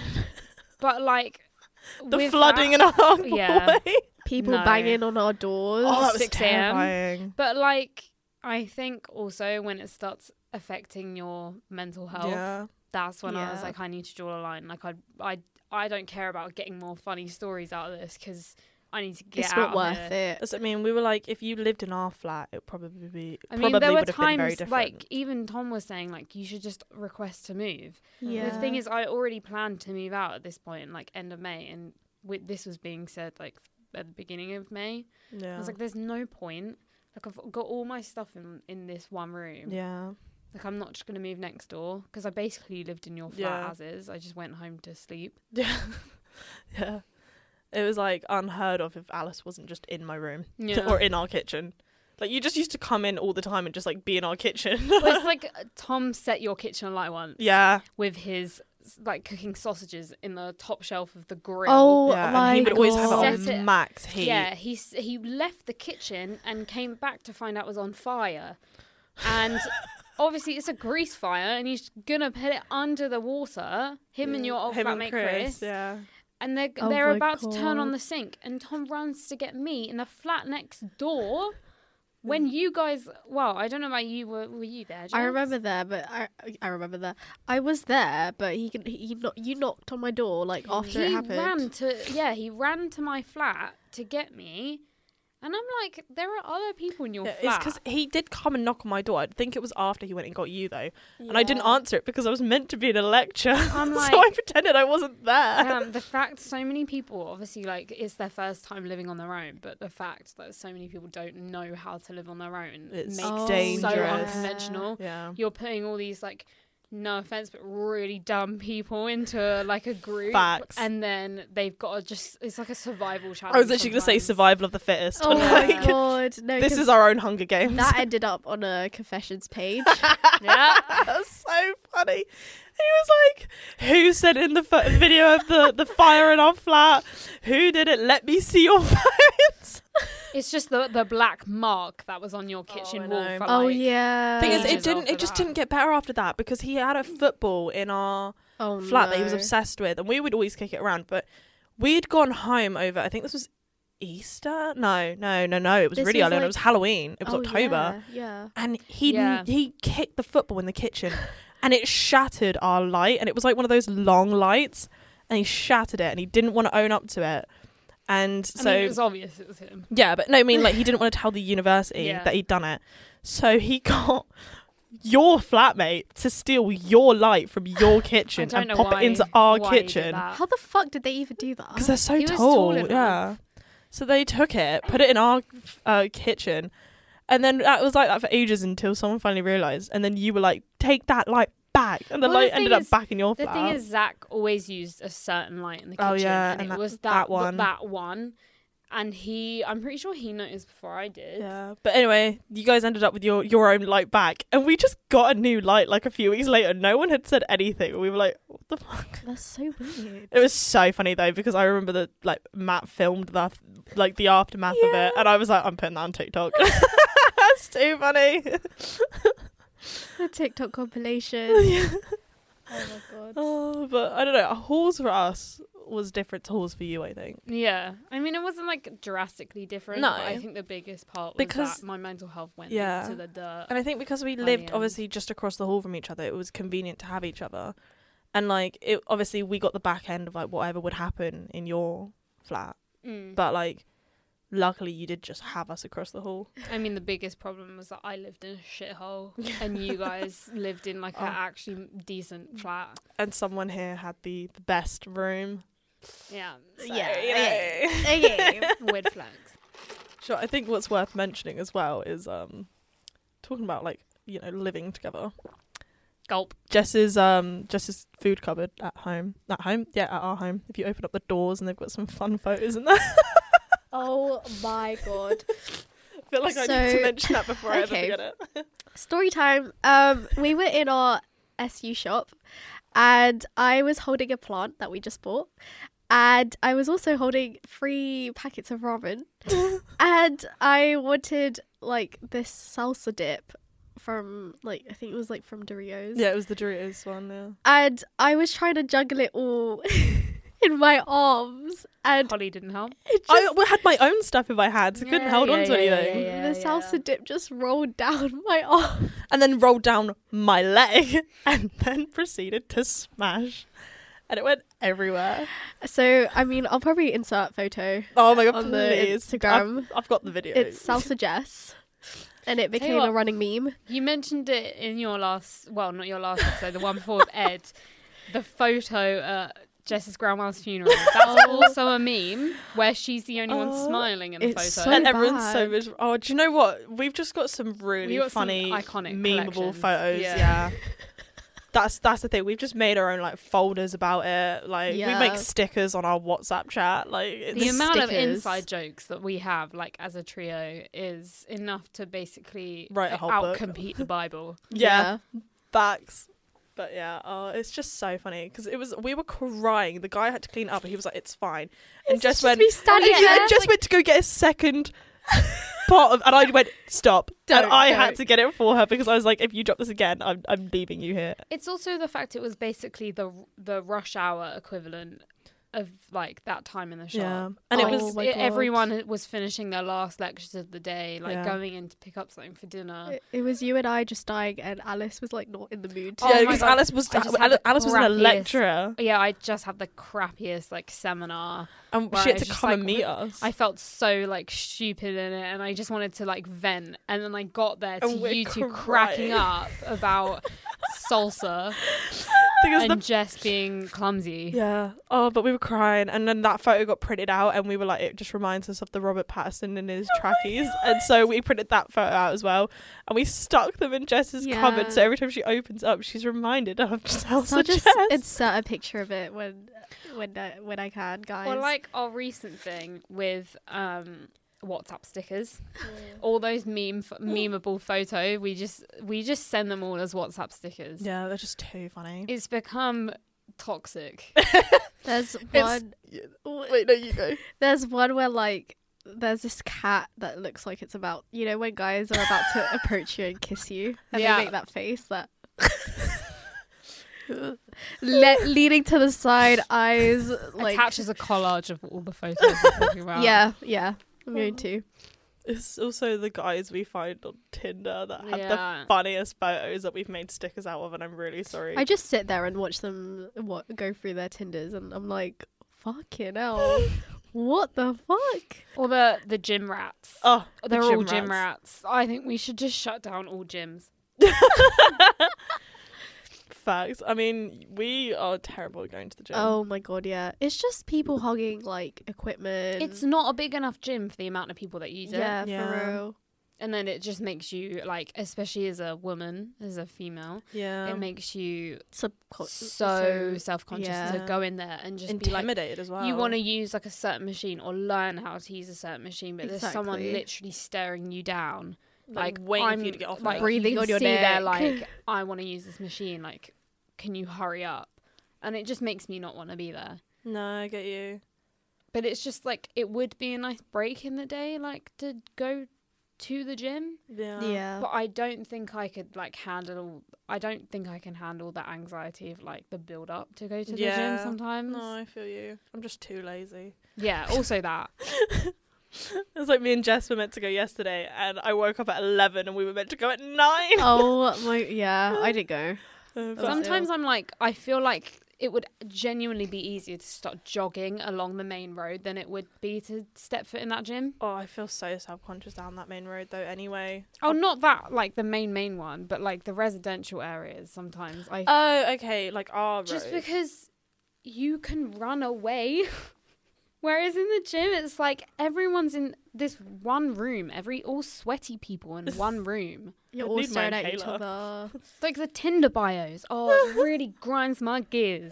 S3: but like
S2: the
S3: with
S2: flooding
S3: that-
S2: in our
S3: yeah. Oh,
S2: hallway.
S1: People
S3: No.
S1: banging on our doors.
S2: Oh, that was
S3: 6 a.m..
S2: terrifying.
S3: But like, I think also when it starts affecting your mental health,
S2: Yeah,
S3: that's when I was
S1: Yeah.
S3: like, I need to draw a line. Like, I, I, I don't care about getting more funny stories out of this because I need to get
S1: it's
S3: out.
S1: not worth
S3: of it.
S1: it.
S2: That's what I mean. We were like, if you lived in our flat, it probably be
S3: I
S2: probably
S3: mean, there were
S2: would have been very
S3: times
S2: different.
S3: like even Tom was saying like you should just request to move.
S1: Yeah.
S3: The thing is, I already planned to move out at this point, like end of May, and wi- this was being said like at the beginning of May.
S2: yeah,
S3: I was like, there's no point. Like I've got all my stuff in in this one room.
S2: yeah,
S3: Like I'm not just gonna move next door because I basically lived in your flat
S2: Yeah.
S3: as is. I just went home to sleep.
S2: yeah, yeah. It was like unheard of if Alice wasn't just in my room
S3: Yeah.
S2: or in our kitchen. Like you just used to come in all the time and just like be in our kitchen.
S3: Well, it's like Tom set your kitchen alight once
S2: yeah.
S3: with his like cooking sausages in the top shelf of the grill.
S1: Oh
S2: yeah.
S1: my
S2: and he would always have
S1: god.
S2: it
S3: Set it-
S2: on max heat.
S3: Yeah, he s- he left the kitchen and came back to find out it was on fire, and obviously it's a grease fire, and he's gonna put it under the water. Him and your old
S2: Mm, Him and
S3: flatmate Chris,
S2: Yeah.
S3: and they're
S1: Oh
S3: they're
S1: my
S3: about to turn on
S1: God.
S3: the sink, and Tom runs to get me in the flat next
S2: Mm.
S3: door. When you guys, well, I don't know about you. Were, were you there?
S1: I
S3: Jess?
S1: remember there, but I I remember there. I was there, but he can he, kno- you knocked on my door like after it
S3: he
S1: happened.
S3: ran to yeah, he ran to my flat to get me, and I'm like, there are other people in your
S2: Yeah, it's
S3: flat.
S2: because he did come and knock on my door. I think it was after he went and got you though, and I didn't answer it because I was meant to be in a lecture,
S3: I'm like-
S2: so I pretended I wasn't there.
S3: um, the fact so many people obviously like it's their first time living on their own, but the fact that so many people don't know how to live on their own
S2: It's
S3: makes it so
S2: dangerous.
S3: unconventional.
S2: Yeah,
S3: You're putting all these like no offense, but really dumb people into like a group,
S2: Facts.
S3: and then they've got to just it's like a survival challenge.
S2: I was literally gonna say
S3: sometimes.
S2: survival of the fittest.
S1: Oh my
S2: like,
S1: god! No,
S2: this
S1: 'cause
S2: is our own Hunger Games.
S1: that ended up on a confessions page.
S3: Yeah.
S2: That's so funny. He was like, "Who sent in the f- video of the the fire in our flat? Who did it? Let me see your phones."
S3: It's just the the black mark that was on your kitchen
S2: I
S3: wall.
S2: know.
S3: From,
S1: oh
S3: like,
S1: yeah.
S2: Thing is, it
S3: Ages
S2: didn't.
S3: after
S2: It just
S3: that.
S2: didn't get better after that because he had a football in our
S1: oh,
S2: flat that he was
S1: no.
S2: obsessed with, and we would always kick it around. But we'd gone home over. I think this was Easter. No, no, no, no. It was
S1: This
S2: really
S1: was
S2: early on. It
S1: like-
S2: was Halloween. It was
S1: Oh,
S2: October,
S1: Yeah. yeah.
S2: and he
S3: Yeah.
S2: he kicked the football in the kitchen, and it shattered our light. And it was like one of those long lights, and he shattered it, and he didn't want to own up to it. And
S3: I
S2: so
S3: mean, it was obvious it was him.
S2: yeah, but no, I mean like he didn't want to tell the university
S3: Yeah.
S2: that he'd done it. So he got your flatmate to steal your light from your kitchen
S3: don't
S2: and
S3: know
S2: pop
S3: why-
S2: it into our
S3: why he did
S2: kitchen
S3: that.
S1: How the fuck did they even do
S2: because
S1: that?
S2: they're so
S3: He was
S2: tall.
S3: tall enough.
S2: yeah. So they took it, put it in our uh, kitchen, and then that was like that for ages until someone finally realized. And then you were like, "Take that light back," and the
S3: Well, the
S2: light ended
S3: thing
S2: up
S3: is-
S2: back in your
S3: The
S2: flat.
S3: thing is, Zach always used a certain light in the kitchen,
S2: Oh, yeah,
S3: and,
S2: and
S3: it
S2: that-
S3: was
S2: that
S3: that
S2: one.
S3: That one, and he, I'm pretty sure he noticed before I did.
S2: Yeah, but anyway, you guys ended up with your your own light back, and we just got a new light like a few weeks later. No one had said anything. We were like, "What the fuck?"
S1: That's so weird.
S2: It was so funny though because I remember that like Matt filmed the like the aftermath of
S1: Yeah.
S2: it, and I was like, "I'm putting that on TikTok." That's too funny.
S1: The TikTok compilation. Oh my god.
S2: oh, but I don't know. Halls for us was different to halls for you, I think.
S3: Yeah. I mean, it wasn't like drastically different.
S2: No.
S3: but I think the biggest part was
S2: Because-
S3: that my mental health went
S2: Yeah.
S3: to the dirt.
S2: And I think because we
S3: By
S2: lived
S3: the
S2: obviously just across the hall from each other, it was convenient to have each other. And like it obviously we got the back end of like whatever would happen in your flat.
S1: Mm-hmm.
S3: Mm.
S2: But like luckily you did just have us across the hall.
S3: I mean, the biggest problem was that I lived in a shithole, and you guys lived in like
S2: Oh.
S3: an actually decent flat.
S2: And someone here had the, the best room.
S3: Yeah. so,
S1: Yeah.
S2: You know.
S1: Okay.
S3: Weird flags.
S2: Sure, I think what's worth mentioning as well is um talking about like, you know, living together.
S3: Gulp.
S2: Jess's um Jess's food cupboard at home. At home? Yeah, at our home. If you open up the doors and they've got some fun photos in there.
S1: oh my god.
S2: I feel like I need to
S1: So-
S2: mention that before I
S1: Okay.
S2: ever forget it.
S1: Story time. Um, we were in our SU shop, and I was holding a plant that we just bought, and I was also holding three packets of ramen, and I wanted like this salsa dip from like I think it was like from Doritos.
S2: Yeah, it was the Doritos one. Yeah.
S1: And I was trying to juggle it all in my arms, and
S3: Holly didn't help.
S1: it just,
S2: I had my own stuff if I had, so I couldn't
S3: Yeah,
S2: hold
S3: yeah,
S2: on to
S3: yeah, yeah,
S2: anything.
S3: yeah.
S1: the salsa dip just rolled down my arm.
S2: And then rolled down my leg and then proceeded to smash. And it went everywhere.
S1: So I mean, I'll probably insert photo.
S2: Oh my god,
S1: On the
S2: please.
S1: Instagram.
S2: I've, I've got the video.
S1: It's Salsa Jess. And it became
S3: what-
S1: a running meme.
S3: You mentioned it in your last, well, not your last episode, the one before with Ed, the photo at Jess's grandma's funeral. That's also a meme where she's the only one
S2: Oh,
S3: smiling in the
S1: it's
S3: photo.
S1: so
S2: and everyone's so
S1: bad.
S2: mis- Oh, do you know what? We've just got some really
S3: got some
S2: funny,
S3: iconic
S2: memeable
S3: collections.
S2: photos. Yeah.
S3: Yeah.
S2: that's that's the thing. We've just made our own like folders about it. Like we
S1: Yeah.
S2: make stickers on our WhatsApp chat. Like it's,
S3: the amount of
S1: stickers.
S3: inside jokes that we have, like as a trio, is enough to basically
S2: Write a whole book.
S3: outcompete the Bible.
S2: yeah, facts. But yeah, oh, it's just so funny because it was we were crying. The guy had to clean up, and he was like, "It's fine." And just went,
S1: be standing
S2: and
S1: there,
S2: just went to go get a second part of, and I went, "Stop!"
S1: Don't,
S2: and I
S1: don't.
S2: had to get it for her because I was like, "If you drop this again, I'm I'm leaving you here."
S3: It's also the fact it was basically the the rush hour equivalent of like that time in the shop.
S2: and
S1: Oh
S2: it was
S1: my
S3: it- e,
S1: God.
S3: everyone was finishing their last lectures of the day, like
S2: Yeah.
S3: going in to pick up something for dinner.
S1: It, it was you and I just dying, and Alice was like not in the mood.
S3: Oh
S2: yeah,
S3: my
S2: because
S3: God.
S2: Alice was
S3: I just had
S2: Alice,
S3: the
S2: Alice wasn't a
S3: crappiest-
S2: lecturer,
S3: yeah, I just had the crappiest like seminar.
S2: and
S3: Right,
S2: she had
S3: it's
S2: to
S3: just
S2: come and
S3: like,
S2: meet
S3: we-
S2: us.
S3: I felt so like stupid in it, and I just wanted to like vent. And then I got there to
S2: And we're
S3: you two
S2: crying.
S3: cracking up about salsa
S2: because
S3: and
S2: the
S3: Jess being clumsy.
S2: yeah, oh, but we were crying, and then that photo got printed out, and we were like, it just reminds us of the Robert Patterson and
S3: Oh
S2: his trackies, and so we printed that photo out as well, and we stuck them in Jess's
S1: Yeah.
S2: cupboard, so every time she opens up, she's reminded of Salsa
S1: So I'll just
S2: Jess.
S1: insert a picture of it when when I, when I can, guys.
S3: Or like our recent thing with um WhatsApp stickers,
S1: Oh,
S3: all those meme f- memeable photo. We just we just send them all as WhatsApp stickers.
S2: yeah, they're just too funny.
S3: It's become toxic.
S1: there's one
S2: Wait, no, you go.
S1: there's one where like there's this cat that looks like it's about you know when guys are about to approach you and kiss you and
S3: Yeah.
S1: they make that face that Le- leaning to the side, eyes like
S3: Attaches a collage of all the photos. we're talking about.
S1: yeah, yeah. I'm
S2: Oh.
S1: going to.
S2: It's also the guys we find on Tinder that have
S3: Yeah.
S2: the funniest photos that we've made stickers out of, and I'm really sorry.
S1: I just sit there and watch them what go through their tinders, and I'm like, fucking hell,
S2: Oh,
S1: what the fuck?
S3: Or the the gym rats.
S2: oh, the
S3: They're all gym rats. I think we should just shut down all gyms.
S2: Facts. I mean, we are terrible at going to the gym.
S1: Oh my god, yeah. It's just people hogging like equipment.
S3: It's not a big enough gym for the amount of people that use
S1: yeah,
S3: it.
S1: for
S2: Yeah.
S1: real.
S3: And then it just makes you like, especially as a woman, as a female,
S2: yeah.
S3: it makes you
S1: Subcon-
S3: Um, so self-conscious to
S1: yeah.
S3: go in there and just be like
S2: intimidated as well.
S3: you want to use like a certain machine or learn how to use a certain machine but there's someone
S1: Exactly.
S3: literally staring you down
S2: like,
S3: like,
S2: waiting
S3: I'm,
S2: for you to get off.
S3: like
S2: Like,
S1: Breathing
S3: you can
S1: on your
S3: see they're
S1: neck.
S3: like i want to use this machine like can you hurry up and it just makes me not want to be there
S2: no, I get you.
S3: but it's just like it would be a nice break in the day like to go to the gym
S2: Yeah.
S1: yeah.
S3: but i don't think i could like handle i don't think i can handle that anxiety of like the build up to go to the
S2: Yeah.
S3: gym sometimes
S2: No, I feel you. I'm just too lazy.
S3: yeah also that
S2: It's like me and Jess were meant to go yesterday, and I woke up at 11 and we were meant to go at 9.
S1: oh my yeah, I did go.
S3: Oh,
S2: Uh, but-
S1: But-
S3: Sometimes I'm like, I feel like it would genuinely be easier to start jogging along the main road than it would be to step foot in that gym.
S2: oh, I feel so self conscious down that main road, though, anyway.
S3: Oh, not that like the main main one, but like the residential areas. Sometimes I
S2: Oh, okay. Like our
S3: just
S2: road.
S3: because you can run away, whereas in the gym it's like everyone's in this one room. Every all sweaty people in one room.
S1: You're
S2: I
S1: all
S2: need my
S1: staring at each
S2: inhaler.
S1: other.
S3: Like the Tinder bios. Oh, it really grinds my gears.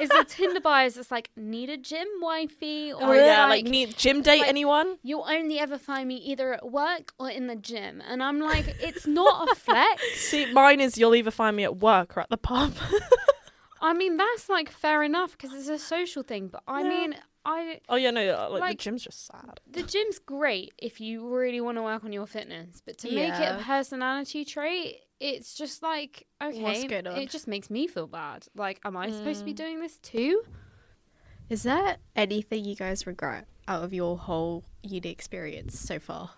S3: It's the Tinder bios that's like, need a gym wifey? Or
S2: Oh
S3: it's
S2: yeah, like, need gym date
S3: like-
S2: anyone?
S3: You'll only ever find me either at work or in the gym. And I'm like, it's not a flex.
S2: See, mine is you'll either find me at work or at the pub.
S3: I mean, that's like fair enough because it's a social thing. But I
S2: Yeah.
S3: mean, I
S2: oh yeah, no, like,
S3: Like-
S2: the gym's just sad.
S3: the gym's great if you really want to work on your fitness, but to make it
S1: Yeah.
S3: a personality trait, it's just like okay,
S1: going on? Mm.
S3: it just makes me feel bad. Like, am I supposed to be doing this too?
S1: Is there anything you guys regret out of your whole uni experience so far?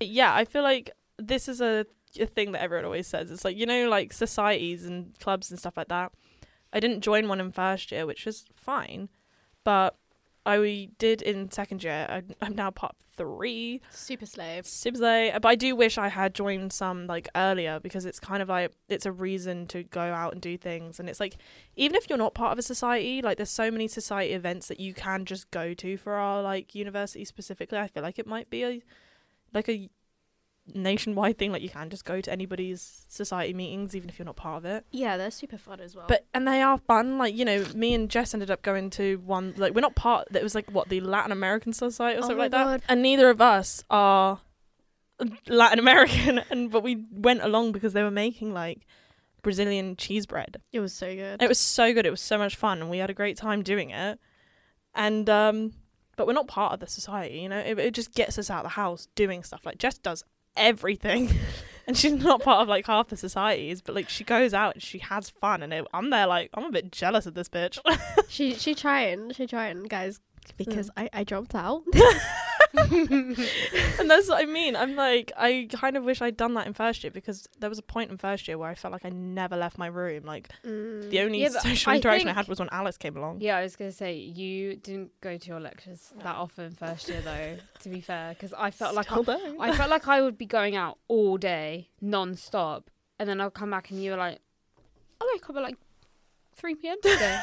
S2: Yeah, I feel like this is a, a thing that everyone always says. It's like you know, like societies and clubs and stuff like that. I didn't join one in first year, which was fine, but I did in second year. I, I'm now part of three.
S1: Super slaves.
S2: Sibsley, Uh, but I do wish I had joined some like earlier because it's kind of like it's a reason to go out and do things, and it's like even if you're not part of a society, like there's so many society events that you can just go to for our like university specifically. I feel like it might be a like a nationwide thing. Like you can just go to anybody's society meetings, even if you're not part of it.
S1: Yeah, they're super fun as well.
S2: But and they are fun. Like you know, me and Jess ended up going to one. Like we're not part. That was like what the Latin American Society or
S1: Oh
S2: something
S1: my
S2: like
S1: God.
S2: that. And neither of us are Latin American. And but we went along because they were making like Brazilian cheese bread.
S1: it was so good.
S2: It was so good. It was so much fun, and we had a great time doing it. And um, but we're not part of the society. You know, it, it just gets us out of the house doing stuff. Like Jess does everything, and she's not part of like half the societies. But like she goes out and she has fun, and it, I'm there like I'm a bit jealous of this bitch.
S1: she she trying, she trying, guys, because I I dropped out.
S2: and that's what I mean. I'm like I kind of wish I'd done that in first year because there was a point in first year where I felt like I never left my room. Like
S1: Mm.
S2: the only
S3: Yeah, but
S2: social
S3: I
S2: interaction I
S3: think-
S2: had was when Alice came along.
S3: Yeah, I was gonna say you didn't go to your lectures that often first year though. to be fair, because I felt like I, I felt like I would be going out all day non-stop, and then I'll come back and you were like, I woke up at like three p.m. today.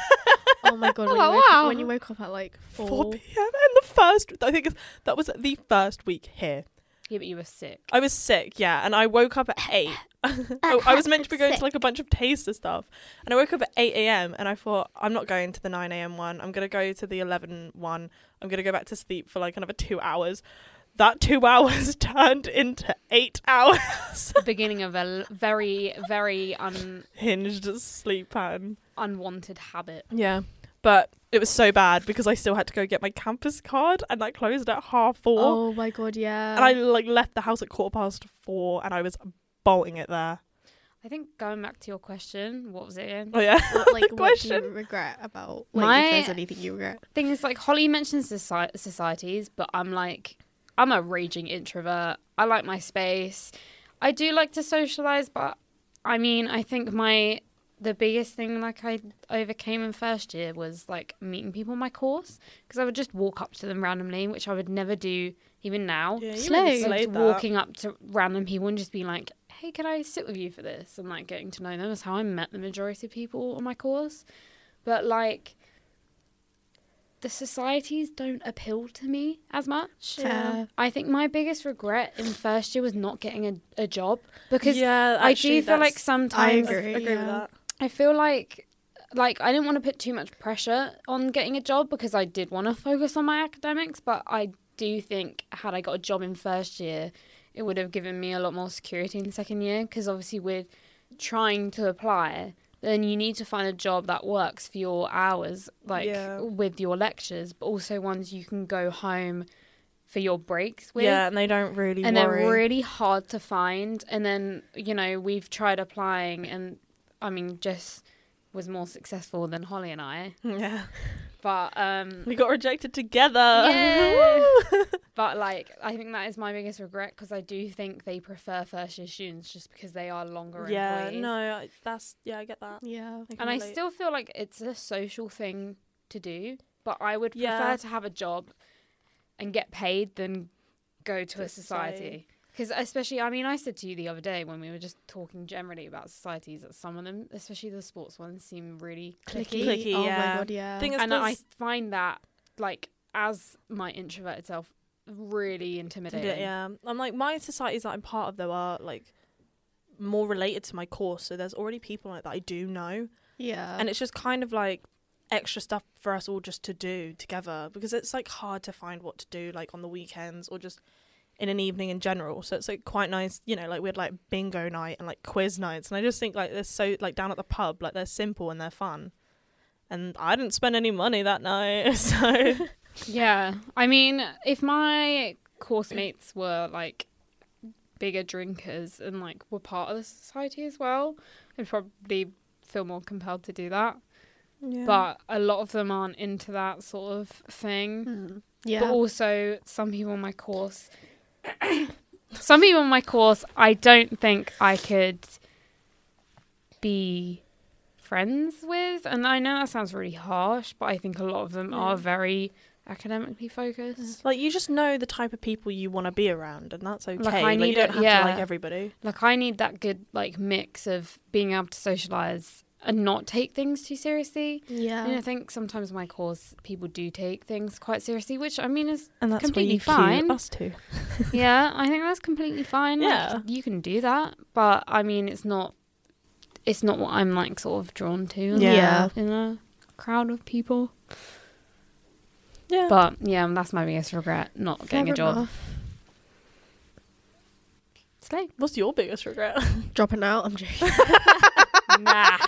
S1: Oh my god! When, you
S3: Oh,
S1: woke,
S3: wow.
S1: when you woke up at like
S2: 4
S1: four,
S2: p.m. and the first I think it's- that was the first week here.
S3: yeah, but you were sick.
S2: I was sick, yeah, and I woke up at eight.
S1: Uh,
S2: oh, I was meant to be going to like a bunch of taster stuff, and I woke up at eight a.m. and I thought I'm not going to the nine a.m. one. I'm gonna go to the 11 one. I'm gonna go back to sleep for like another two hours. That two hours turned into eight hours
S3: The beginning of a l- very very un
S2: hinged sleep pattern.
S3: unwanted habit.
S2: Yeah, but it was so bad because I still had to go get my campus card, and that closed at half four.
S1: Oh my god! Yeah.
S2: and I
S3: Oh.
S2: like left the house at quarter past four, and I was bolting it there.
S3: I think going back to your question, what was it again?
S2: Oh yeah,
S1: What, like,
S2: the
S1: what do you
S2: question.
S1: regret about? Like,
S3: My-
S1: if there's anything you regret.
S3: thing is like holly mentions soci- societies but i'm like i'm a raging introvert i like my space i do like to socialize but i mean i think my the biggest thing like i overcame in first year was like meeting people in my course because i would just walk up to them randomly which i would never do even now
S1: you
S2: Yeah,
S1: really
S3: So, like,
S2: slayed that.
S3: walking up to random people and just being like hey can i sit with you for this and like getting to know them is how i met the majority of people on my course but like the societies don't appeal to me as much.
S1: Yeah.
S3: I think my biggest regret in first year was not getting a, a job because
S2: yeah,
S3: I do feel like sometimes
S1: I agree, yeah.
S3: I feel like like I didn't want to put too much pressure on getting a job because I did want to focus on my academics, but I do think had I got a job in first year, it would have given me a lot more security in second year because obviously with trying to apply, then you need to find a job that works for your hours, like
S2: Yeah.
S3: with your lectures, but also ones you can go home for your breaks with
S2: Yeah, and they don't really
S3: and
S2: worry.
S3: they're really hard to find. And then you know we've tried applying, and I mean Jess was more successful than Holly and I,
S2: yeah,
S3: but um,
S2: we got rejected together.
S3: Yay.
S2: Woo!
S3: but like I think that is my biggest regret because I do think they prefer first year students just because they are longer
S2: yeah,
S3: employees.
S2: no, I- that's yeah, I get that.
S1: Yeah.
S2: can
S3: and I
S2: relate.
S3: still feel like it's a social thing to do, but I would
S2: Yeah.
S3: prefer to have a job and get paid than go to a
S2: To society.
S3: society. Because especially, I mean, I said to you the other day when we were just talking generally about societies that some of them, especially the sports ones, seem really clicky,
S1: Clicky.
S2: Clicky,
S1: oh
S2: yeah.
S1: my god! Yeah.
S2: Thing is,
S3: and I
S2: there's-
S3: find that like as my introverted self really intimidating.
S2: yeah, I'm like my societies that I'm part of though are like more related to my course, so there's already people on it that I do know,
S1: yeah.
S2: and it's just kind of like extra stuff for us all just to do together because it's like hard to find what to do like on the weekends or just in an evening in general so it's like quite nice you know like we had like bingo night and like quiz nights and i just think like they're so like down at the pub like they're simple and they're fun and i didn't spend any money that night so
S3: Yeah. I mean, if my course mates were like bigger drinkers and like were part of the society as well, I'd probably feel more compelled to do that. But a lot of them aren't into that sort of thing.
S1: Mm. Yeah.
S3: But also, some people in my course, some people in my course, I don't think I could be friends with. And I know that sounds really harsh, but I think a lot of them are very academically focused.
S2: like you just know the type of people you want to be around and that's okay
S3: I
S2: like, you
S3: need
S2: don't
S3: it-
S2: have
S3: yeah.
S2: to like everybody
S3: Like I need that good like mix of being able to socialize and not take things too seriously.
S1: Yeah.
S3: And I think sometimes my course people do take things quite seriously, which I mean is
S2: And that's
S3: completely
S2: where you
S3: fine.
S2: cue us two.
S3: yeah, I think that's completely fine. Like,
S2: Yeah.
S3: you can do that, but I mean it's not it's not what I'm like sort of drawn to.
S2: Yeah.
S1: Yeah.
S3: In a crowd of people.
S2: Yeah.
S3: But yeah, that's my biggest regret, not getting a
S1: Fair
S3: job.
S1: enough.
S3: Slay.
S2: What's your biggest regret?
S1: Dropping out. I'm joking.
S3: nah.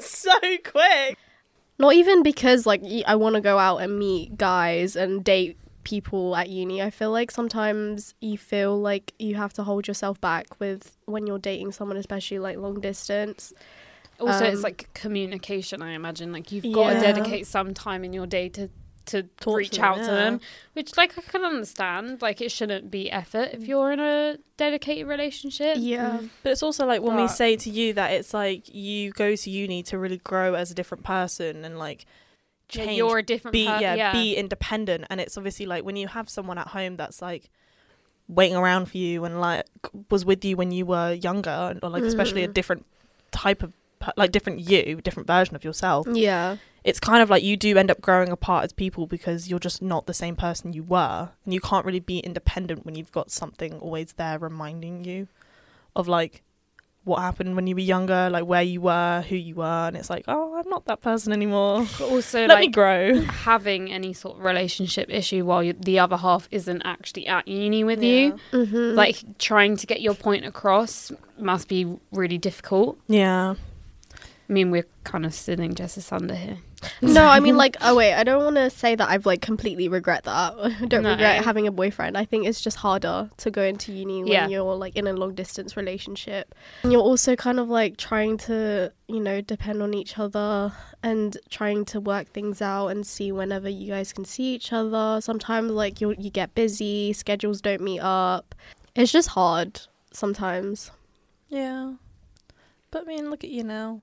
S2: so quick.
S1: Not even because like y- I want to go out and meet guys and date people at uni. I feel like sometimes you feel like you have to hold yourself back with when you're dating someone, especially like long distance.
S3: Also,
S1: Um,
S3: it's like communication. I imagine like you've got to
S1: Yeah.
S3: dedicate some time in your day to to
S2: Talk to
S3: reach
S2: them,
S3: out to
S2: yeah.
S3: them, which like I can understand. Like it shouldn't be effort
S2: Mm.
S3: if you're in a dedicated relationship. Mm.
S1: Yeah.
S2: But it's also like when we
S3: But-
S2: say to you that it's like you go to uni to really grow as a different person and like
S3: Like,
S2: change,
S3: you're a different.
S2: be
S3: per-
S2: yeah, be independent. And it's obviously like when you have someone at home that's like waiting around for you and like was with you when you were younger or like especially a
S3: Mm.
S1: Mhm.
S2: different type of per- like different you, different version of yourself.
S1: Yeah.
S2: it's kind of like you do end up growing apart as people because you're just not the same person you were and you can't really be independent when you've got something always there reminding you of like what happened when you were younger like where you were who you were and it's like oh i'm not that person anymore
S3: But also,
S2: let me
S3: like
S2: grow
S3: having any sort of relationship issue while you, the other half isn't actually at uni with you,
S2: Mm.
S1: Mm-hmm.
S3: like trying to get your point across must be really difficult.
S2: yeah
S3: I mean, we're kind of sitting Jess's under here.
S1: no, I mean like oh wait, I don't want to say that I've like completely regret that. I don't
S3: No.
S1: regret having a boyfriend. I think it's just harder to go into uni when
S3: Yeah.
S1: you're like in a long distance relationship. And you're also kind of like trying to, you know, depend on each other and trying to work things out and see whenever you guys can see each other. Sometimes like you you get busy, schedules don't meet up. It's just hard sometimes.
S2: yeah but i mean look at you now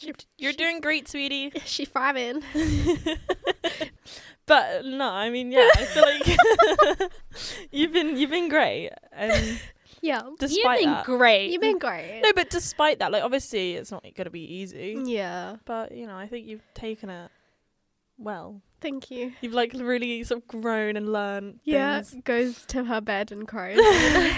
S2: you're doing great sweetie
S1: She thriving.
S2: but no i mean yeah i feel like you've been you've been great and
S1: Yeah.
S2: despite
S3: You've been
S2: that,
S3: great.
S1: You've been great.
S2: No, but despite that, like obviously it's not going to be easy,
S1: Yeah.
S2: but you know, I think you've taken it well.
S1: Thank you.
S2: You've like really sort of grown and learned
S1: Yeah,
S2: things.
S1: goes to her bed and cries. I'm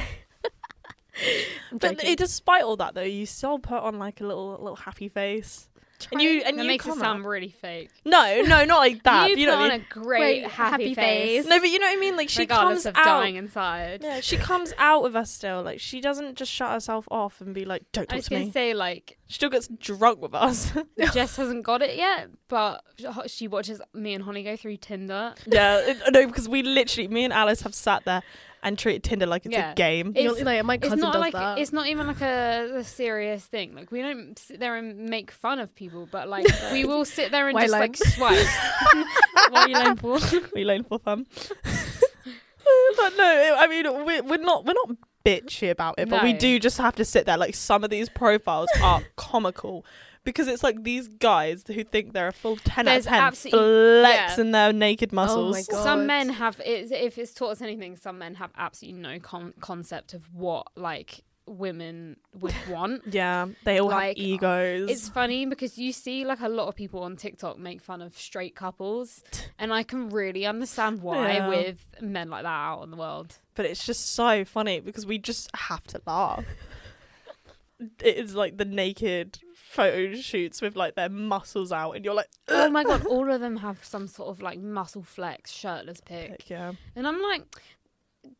S2: But
S1: joking.
S2: it, despite all that though, you still put on like a little little happy face. And you and
S3: that
S2: you
S3: makes it
S2: come
S3: sound
S2: up-
S3: really fake.
S2: No, no, not like that.
S3: you,
S2: you
S3: put
S2: know what
S3: on
S2: I
S3: a great,
S1: Great
S3: happy,
S1: happy
S3: face.
S1: face.
S2: mean? No, but you know what I mean? Like she
S3: regardless
S2: comes
S3: of
S2: out
S3: dying inside.
S2: Yeah, she comes out of us still. Like she doesn't just shut herself off and be like, "Don't
S3: I
S2: talk
S3: was
S2: to
S3: gonna
S2: me."
S3: say like
S2: She still gets drunk with us.
S3: Jess hasn't got it yet, but sh- she watches me and Honey go through Tinder.
S2: yeah, it- no, because we literally, me and Alice have sat there and treated Tinder like it's
S3: Yeah.
S2: a game.
S1: You're
S3: it's-
S1: like, my
S3: It's
S1: cousin
S3: not
S1: does
S3: like
S1: that.
S3: it's not even like a, a serious thing. Like we don't sit there and make fun of people, but like we will sit there and
S1: Why
S3: just
S1: line?
S3: like swipe. Why you line for?
S2: we learn for fun. but no, I mean we're, we're not we're not bitchy about it, but we
S3: No.
S2: do just have to sit there. Like some of these profiles are comical because it's like these guys who think they're a full ten
S3: There's
S2: out of ten,
S3: absolutely- Oh
S2: flexing their naked muscles.
S1: God.
S3: Some men have, it, if it's taught us anything, some men have absolutely no con- concept of what like women would want.
S2: yeah, they all have
S3: Like,
S2: egos.
S3: It's funny because you see like a lot of people on TikTok make fun of straight couples, and I can really understand why
S2: Yeah.
S3: with men like that out in the world.
S2: but it's just so funny because we just have to laugh. It is like the naked photo shoots with like their muscles out, and you're like,
S3: Oh my god, all of them have some sort of like muscle flex shirtless pic,
S2: yeah,
S3: and I'm like.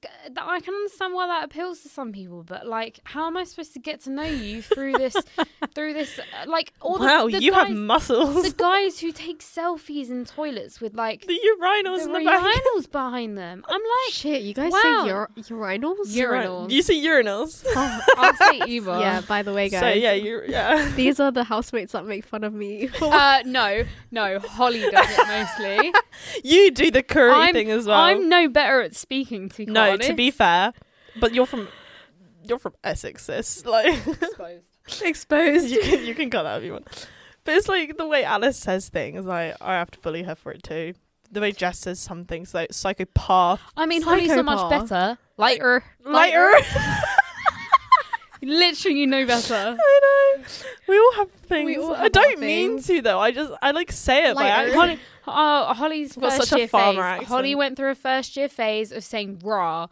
S3: g- that- I can understand why that appeals to some people, but like, how am I supposed to get to know you through this? through this, uh, like, all the,
S2: wow,
S3: the
S2: you have
S3: guys-
S2: muscles.
S3: the guys who take selfies in toilets with like
S2: The urinals
S3: the
S2: in the back.
S3: urinals behind them. I'm like,
S1: Shit, you guys
S3: Wow.
S1: say ur- urinals?
S3: Ur-
S2: Right,
S3: urinals.
S2: You see urinals.
S3: I'll say Uber.
S1: yeah, by the way, guys.
S2: So yeah, you yeah.
S1: These are the housemates that make fun of me.
S3: Uh, no, no, Holly does it mostly.
S2: you do the curry thing as well.
S3: I'm no better at speaking to. be
S2: no,
S3: honest.
S2: to be fair, but you're from you're from Essex, sis. Like
S1: Exposed.
S2: you can you can cut that if you want. But it's like the way Alice says things. Like I have to bully her for it too. the way Jess says something, so psychopath,
S3: I mean, Holly's so much
S1: Psychopath.
S3: better. Lighter.
S2: lighter.
S3: Literally, you know better.
S2: I know. We all have things.
S1: all
S2: I
S1: have
S2: don't
S1: our
S2: mean
S1: things.
S2: to though. I just I like say it by
S1: Lighter.
S2: accident.
S3: Oh, Holly's
S2: Got
S3: first
S2: such a
S3: year
S2: farmer
S3: phase.
S2: accent.
S3: Holly went through a first year phase of saying raw.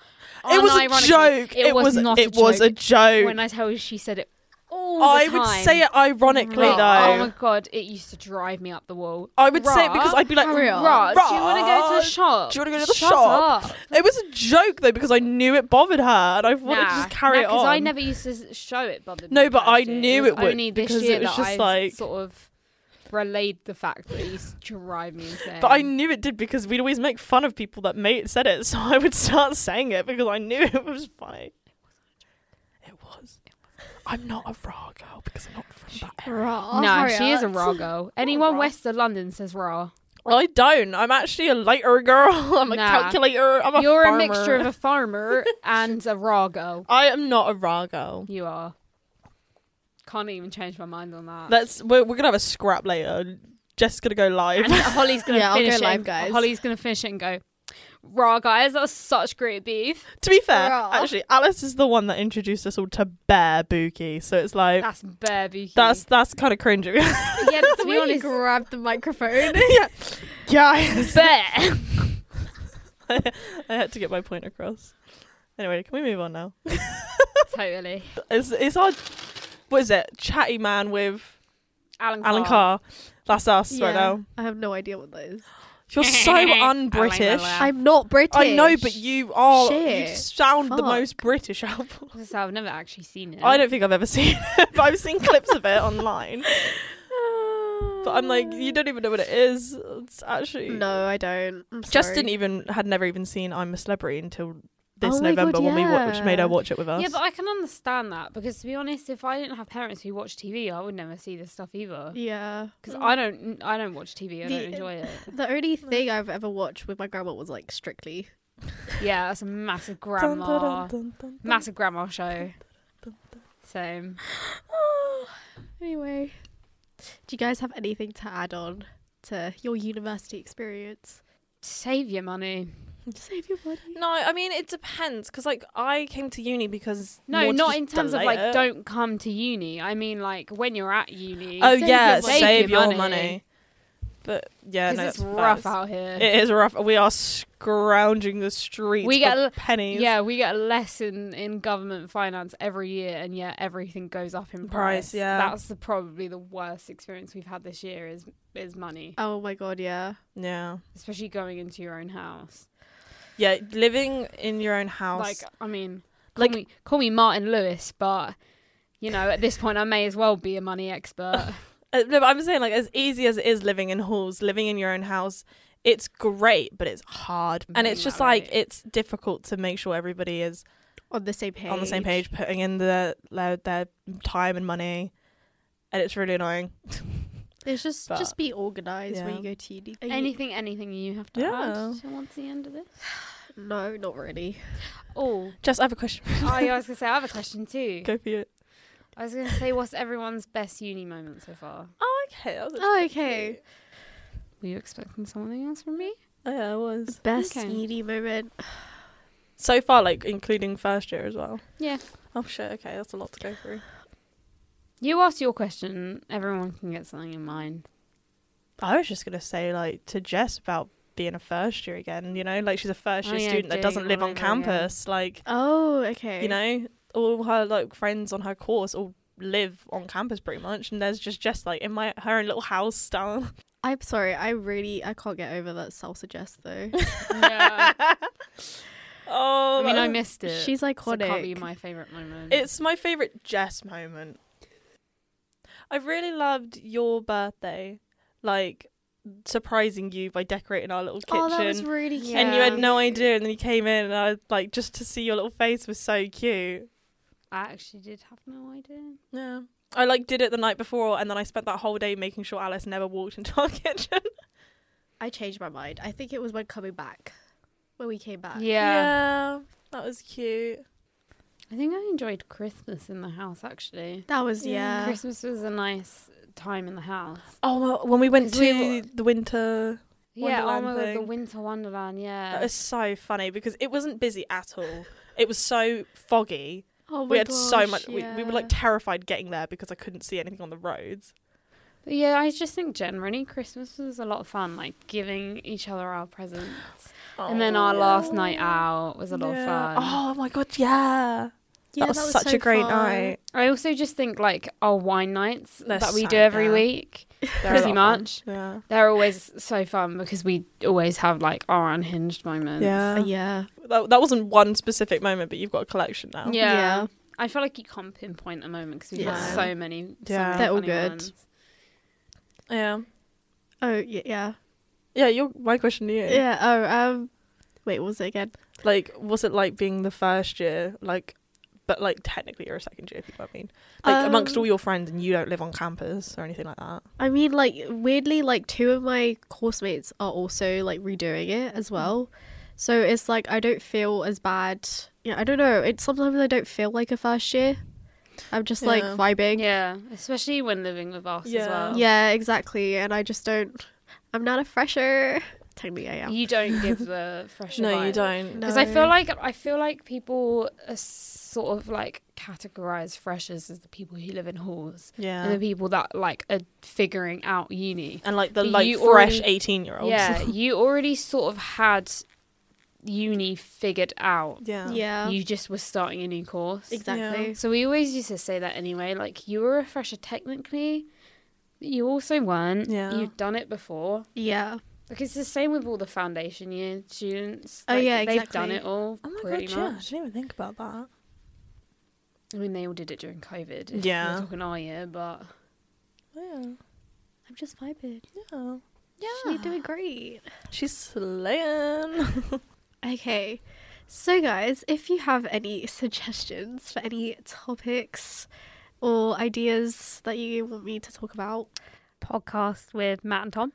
S2: It was a
S3: Unironically,
S2: joke.
S3: It, was, not
S2: It
S3: a joke.
S2: was a joke.
S3: When I tell you, she said it all
S2: I
S3: the time.
S2: would say it ironically
S3: raw.
S2: though.
S3: Oh my god, it used to drive me up the wall.
S2: I would say it because
S3: Raw?
S2: I'd be like,
S1: Hurry up.
S3: Raw, do you want to go to
S2: "Raw."
S3: the shop?
S2: Do you wanna go to the
S3: Shut
S2: shop?
S3: Up.
S2: It was a joke though because I knew it bothered her, and I wanted to just carry it
S3: Because
S2: on.
S3: I never used to s- show it bothered
S2: No,
S3: me
S2: but
S3: first
S2: I
S3: year.
S2: knew
S3: was
S2: it would,
S3: only this
S2: because
S3: year
S2: it was
S3: that
S2: just
S3: I
S2: like-
S3: sort of relayed the fact that it used to drive me insane.
S2: But I knew it did because we'd always make fun of people that made said it, so I would start saying it because I knew it was funny. It was. I'm not a raw girl because I'm not from that area.
S1: Raw.
S3: no,
S1: hurry
S3: she is a
S1: up.
S3: raw girl. Anyone
S2: raw.
S3: west of London says raw.
S2: I don't. I'm actually a lighter girl. I'm a
S3: Nah.
S2: calculator. I'm a
S3: You're
S2: farmer.
S3: a mixture of a farmer and a raw girl.
S2: I am not a raw girl.
S3: You are. Can't even change my mind on that.
S2: That's we're, we're gonna have a scrap later. Jess gonna go live.
S3: and Holly's gonna
S1: Yeah, I'll go
S3: finish it.
S1: live,
S3: and-
S1: guys.
S3: Holly's gonna finish it and go, raw guys. That was such great beef.
S2: to be fair,
S1: Raw.
S2: actually, Alice is the one that introduced us all to Bear Bookie, so it's like
S3: That's bare beefy.
S2: that's that's kind of cringy.
S3: yeah. But to
S1: The
S3: be
S1: way you
S3: honest,
S1: grabbed the microphone.
S2: yeah, guys.
S3: bare.
S2: I had to get my point across. Anyway, can we move on now?
S3: totally.
S2: It's it's our what is it? Chatty man with
S3: Alan Carr.
S2: Alan Carr. That's us
S1: Yeah,
S2: right now.
S1: I have no idea what that is.
S2: You're so un-British.
S3: I like that
S1: I'm not British.
S2: I know, but you are. You
S1: Shit.
S2: sound the
S1: Fuck.
S2: most British album.
S3: So I've never actually seen it.
S2: I don't think I've ever seen it, but I've seen clips of it online. But I'm like, you don't even know what it is. It's actually
S1: No, I don't. I'm
S2: Jess
S1: sorry.
S2: didn't even had never even seen I'm a Celebrity until this
S1: Oh my
S2: November
S1: God,
S2: when we watched,
S1: yeah.
S2: made her watch it with us.
S3: Yeah, but I can understand that because to be honest, if I didn't have parents who watch TV, I would never see this stuff either.
S1: Yeah.
S3: Because
S2: Mm.
S3: I don't, I don't watch TV. I
S1: The-
S3: don't enjoy it.
S1: The only thing I've ever watched with my grandma was like Strictly.
S3: Yeah, that's a massive
S2: Dun, dun,
S3: grandma,
S2: dun, dun, dun, dun.
S3: massive grandma show. Same.
S1: Anyway, do you guys have anything to add on to your university experience?
S3: Save your money.
S1: Save your money.
S2: No, I mean it depends because like I came to uni because
S3: No,
S2: wanted
S3: not
S2: to
S3: in terms of
S2: delay
S3: like
S2: it.
S3: don't come to uni. I mean like when you're at uni.
S2: Oh
S1: Save
S2: yeah,
S1: your money.
S2: save, your, money. But yeah,
S3: Because
S2: no,
S3: it's
S2: that's-
S3: rough
S2: that's-
S3: out here.
S2: It is rough. We are scrounging the streets.
S3: We
S2: for
S3: get l-
S2: pennies.
S3: yeah, we get a lesson in government finance every year, and yet everything goes up in
S2: Price,
S3: price.
S2: yeah.
S3: that's the, probably the worst experience we've had this year is is money,
S1: Oh my god, yeah.
S2: yeah,
S3: especially going into your own house.
S2: yeah. Living in your own house,
S3: Like, I mean, call
S2: Like-
S3: me, call me Martin Lewis, but you know, at this point, I may as well be a money expert.
S2: Uh, no, but I'm saying like as easy as it is living in halls, living in your own house, it's great, but it's hard, and it's
S3: Mm,
S2: just
S3: right.
S2: like it's difficult to make sure everybody is
S1: On the same page.
S2: on the same page, putting in the their, their time and money, and it's really annoying.
S1: It's just
S2: But-
S1: just be organized when
S2: yeah.
S1: you go to uni. Are you-
S3: anything, anything you have to
S2: Yeah.
S3: add towards the end of this?
S1: No, not really.
S3: Oh,
S2: Jess, I have a question.
S3: oh, yeah, I was gonna say I have a question too.
S2: Go for it.
S3: I was gonna say, what's everyone's best uni moment so far?
S2: Oh, okay. That was
S1: Oh, okay.
S3: Were you expecting something else from me?
S2: Oh, yeah, it was.
S1: Best
S3: Okay.
S1: uni moment.
S2: So far, like including first year as well.
S3: Yeah.
S2: Oh shit. Okay, that's a lot to go through.
S3: You ask your question, everyone can get something in mind.
S2: I was just gonna say like to Jess about being a first year again. You know, like she's a first
S3: Oh,
S2: year
S3: yeah,
S2: student that
S3: doing
S2: doesn't
S3: all
S2: live on
S3: over again.
S2: campus. Like
S1: Oh, okay.
S2: you know, all her like friends on her course all live on campus pretty much, and there's just Jess like in my her own little house down.
S1: I'm sorry. I really I can't get over that salsa Jess though.
S3: Yeah.
S2: Oh,
S3: I mean, I
S2: that-
S3: missed it.
S1: She's
S3: so it
S1: iconic.
S3: can't be my favorite moment.
S2: It's my favorite Jess moment. I really loved your birthday, like surprising you by decorating our little kitchen.
S1: oh, that was really cute.
S2: and you had no
S3: Yeah.
S2: idea, and then you came in, and I was like, just to see your little face was so cute.
S3: I actually did have no idea.
S2: Yeah. I like did it the night before, and then I spent that whole day making sure Alice never walked into our kitchen.
S1: I changed my mind. I think it was when coming back, when we came back.
S3: Yeah.
S2: that was cute.
S3: I think I enjoyed Christmas in the house actually.
S1: That was
S2: Uh,
S1: yeah.
S3: Christmas was a nice time in the house.
S2: Oh, well, when we went to
S3: 'Cause we were-
S2: the winter
S3: yeah, oh
S2: Wonderland
S3: my god, the
S2: thing. Uh,
S3: Winter Wonderland. Yeah,
S2: That is so funny because it wasn't busy at all. It was so foggy.
S1: Oh my
S2: we had so
S1: gosh,
S2: much. We, we were
S1: yeah.
S2: like terrified getting there because I couldn't see anything on the roads.
S3: But yeah. I just think generally Christmas was a lot of fun, like giving each other our presents, and then
S1: Oh.
S3: our last night out was a lot
S2: Yeah.
S3: of fun.
S2: Oh my god, yeah.
S1: Yeah,
S2: that was, such
S1: so
S2: a great
S1: fun.
S2: night.
S3: I also just think like our wine nights
S2: They're
S3: that we
S2: so
S3: do every
S2: good.
S3: week,
S2: They're a
S3: pretty
S2: lot of fun.
S3: much.
S2: Yeah.
S3: They're always so fun because we always have like our unhinged moments.
S1: Uh,
S2: Yeah.
S1: yeah.
S2: That, that wasn't one specific moment, but you've got a collection now.
S3: Yeah.
S1: Yeah.
S3: I feel like you can't pinpoint a moment because we've
S1: Yeah.
S3: had so many. so
S2: Yeah.
S3: many
S1: They're all
S3: funny
S1: good.
S3: ones.
S2: Yeah.
S1: Oh yeah, yeah.
S2: Yeah, your my question to you.
S1: Yeah. Oh um, wait, what was it again?
S2: Like, was it like being the first year, like, but like technically you're a second year, if you know what I mean? Like amongst
S1: Um,
S2: all your friends, and you don't live on campus or anything like that.
S1: I mean, like weirdly, like two of my course mates are also like redoing it as well. So it's like I don't feel as bad. Yeah, I don't know. It sometimes I don't feel like a first year. I'm just like
S2: Yeah.
S1: vibing.
S3: Yeah, especially when living with us as
S2: Yeah.
S3: well.
S1: Yeah, exactly. And I just don't. I'm not a fresher. Technically, I am.
S3: You don't give the fresh.
S2: don't.
S1: No.
S3: Because I feel like I feel like people are sort of like categorize freshers as the people who live in halls
S2: Yeah.
S3: and the
S2: And,
S3: people that like are figuring out uni.
S2: like the
S3: But
S2: like
S3: you
S2: fresh
S3: already-
S2: eighteen year olds.
S3: Yeah, you already sort of had uni figured out.
S2: yeah.
S1: Yeah.
S3: You just were starting a new course.
S1: exactly.
S3: So we always used to say that anyway. Like you were a fresher technically, but you also weren't.
S2: Yeah.
S3: You've done it before.
S1: Yeah.
S3: Like it's the same with all the foundation year students.
S1: Oh,
S3: Like,
S1: yeah,
S3: they've done
S1: exactly.
S3: it all
S2: Oh my
S3: pretty
S2: god, yeah. I
S3: much.
S2: didn't even think about that.
S3: I mean, they all did it during COVID. If
S2: Yeah.
S3: we're talking our year, but
S2: Yeah.
S1: I'm just vibing.
S2: Yeah.
S1: You're doing great.
S2: She's slaying.
S1: Okay. So, guys, if you have any suggestions for any topics or ideas that you want me to talk about,
S3: podcast with Matt and Tom.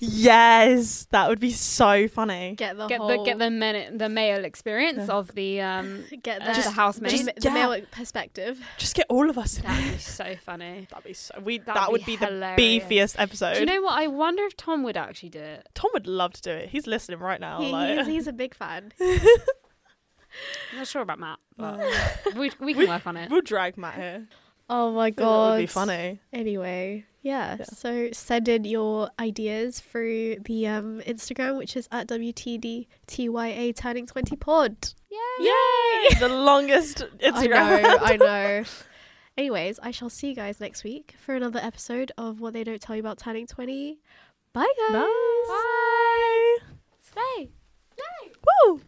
S2: yes, that would be so funny.
S1: get the
S3: Get
S1: whole,
S3: the get the men- the male experience of the um
S1: get
S3: uh, the
S1: the,
S3: housemate.
S1: the,
S2: just-
S1: the
S2: yeah.
S1: male perspective.
S2: Just get all of us in.
S3: That'd be so funny.
S2: That'd be so. We
S3: That'd
S2: that would
S3: be
S2: be, the
S3: hilarious.
S2: beefiest episode.
S3: Do you know what? I wonder if Tom would actually do it.
S2: Tom would love to do it. He's listening right now.
S1: He-
S2: like.
S1: he's, he's a big fan.
S3: I'm not sure about Matt, but
S2: Uh,
S3: we we can
S2: We-
S3: work on it.
S2: we'll drag Matt here.
S1: Oh my
S2: That
S1: god.
S2: would be funny.
S1: Anyway, yeah,
S2: Yeah.
S1: So send in your ideas through the um, Instagram, which is at WTDTYA Turning 20 Pod.
S3: Yeah.
S2: Yay! the longest
S1: I
S2: Instagram.
S1: know, I know. Anyways, I shall see you guys next week for another episode of What They Don't Tell You About Turning 20. Bye, guys.
S2: Bye.
S3: Stay.
S2: Woo!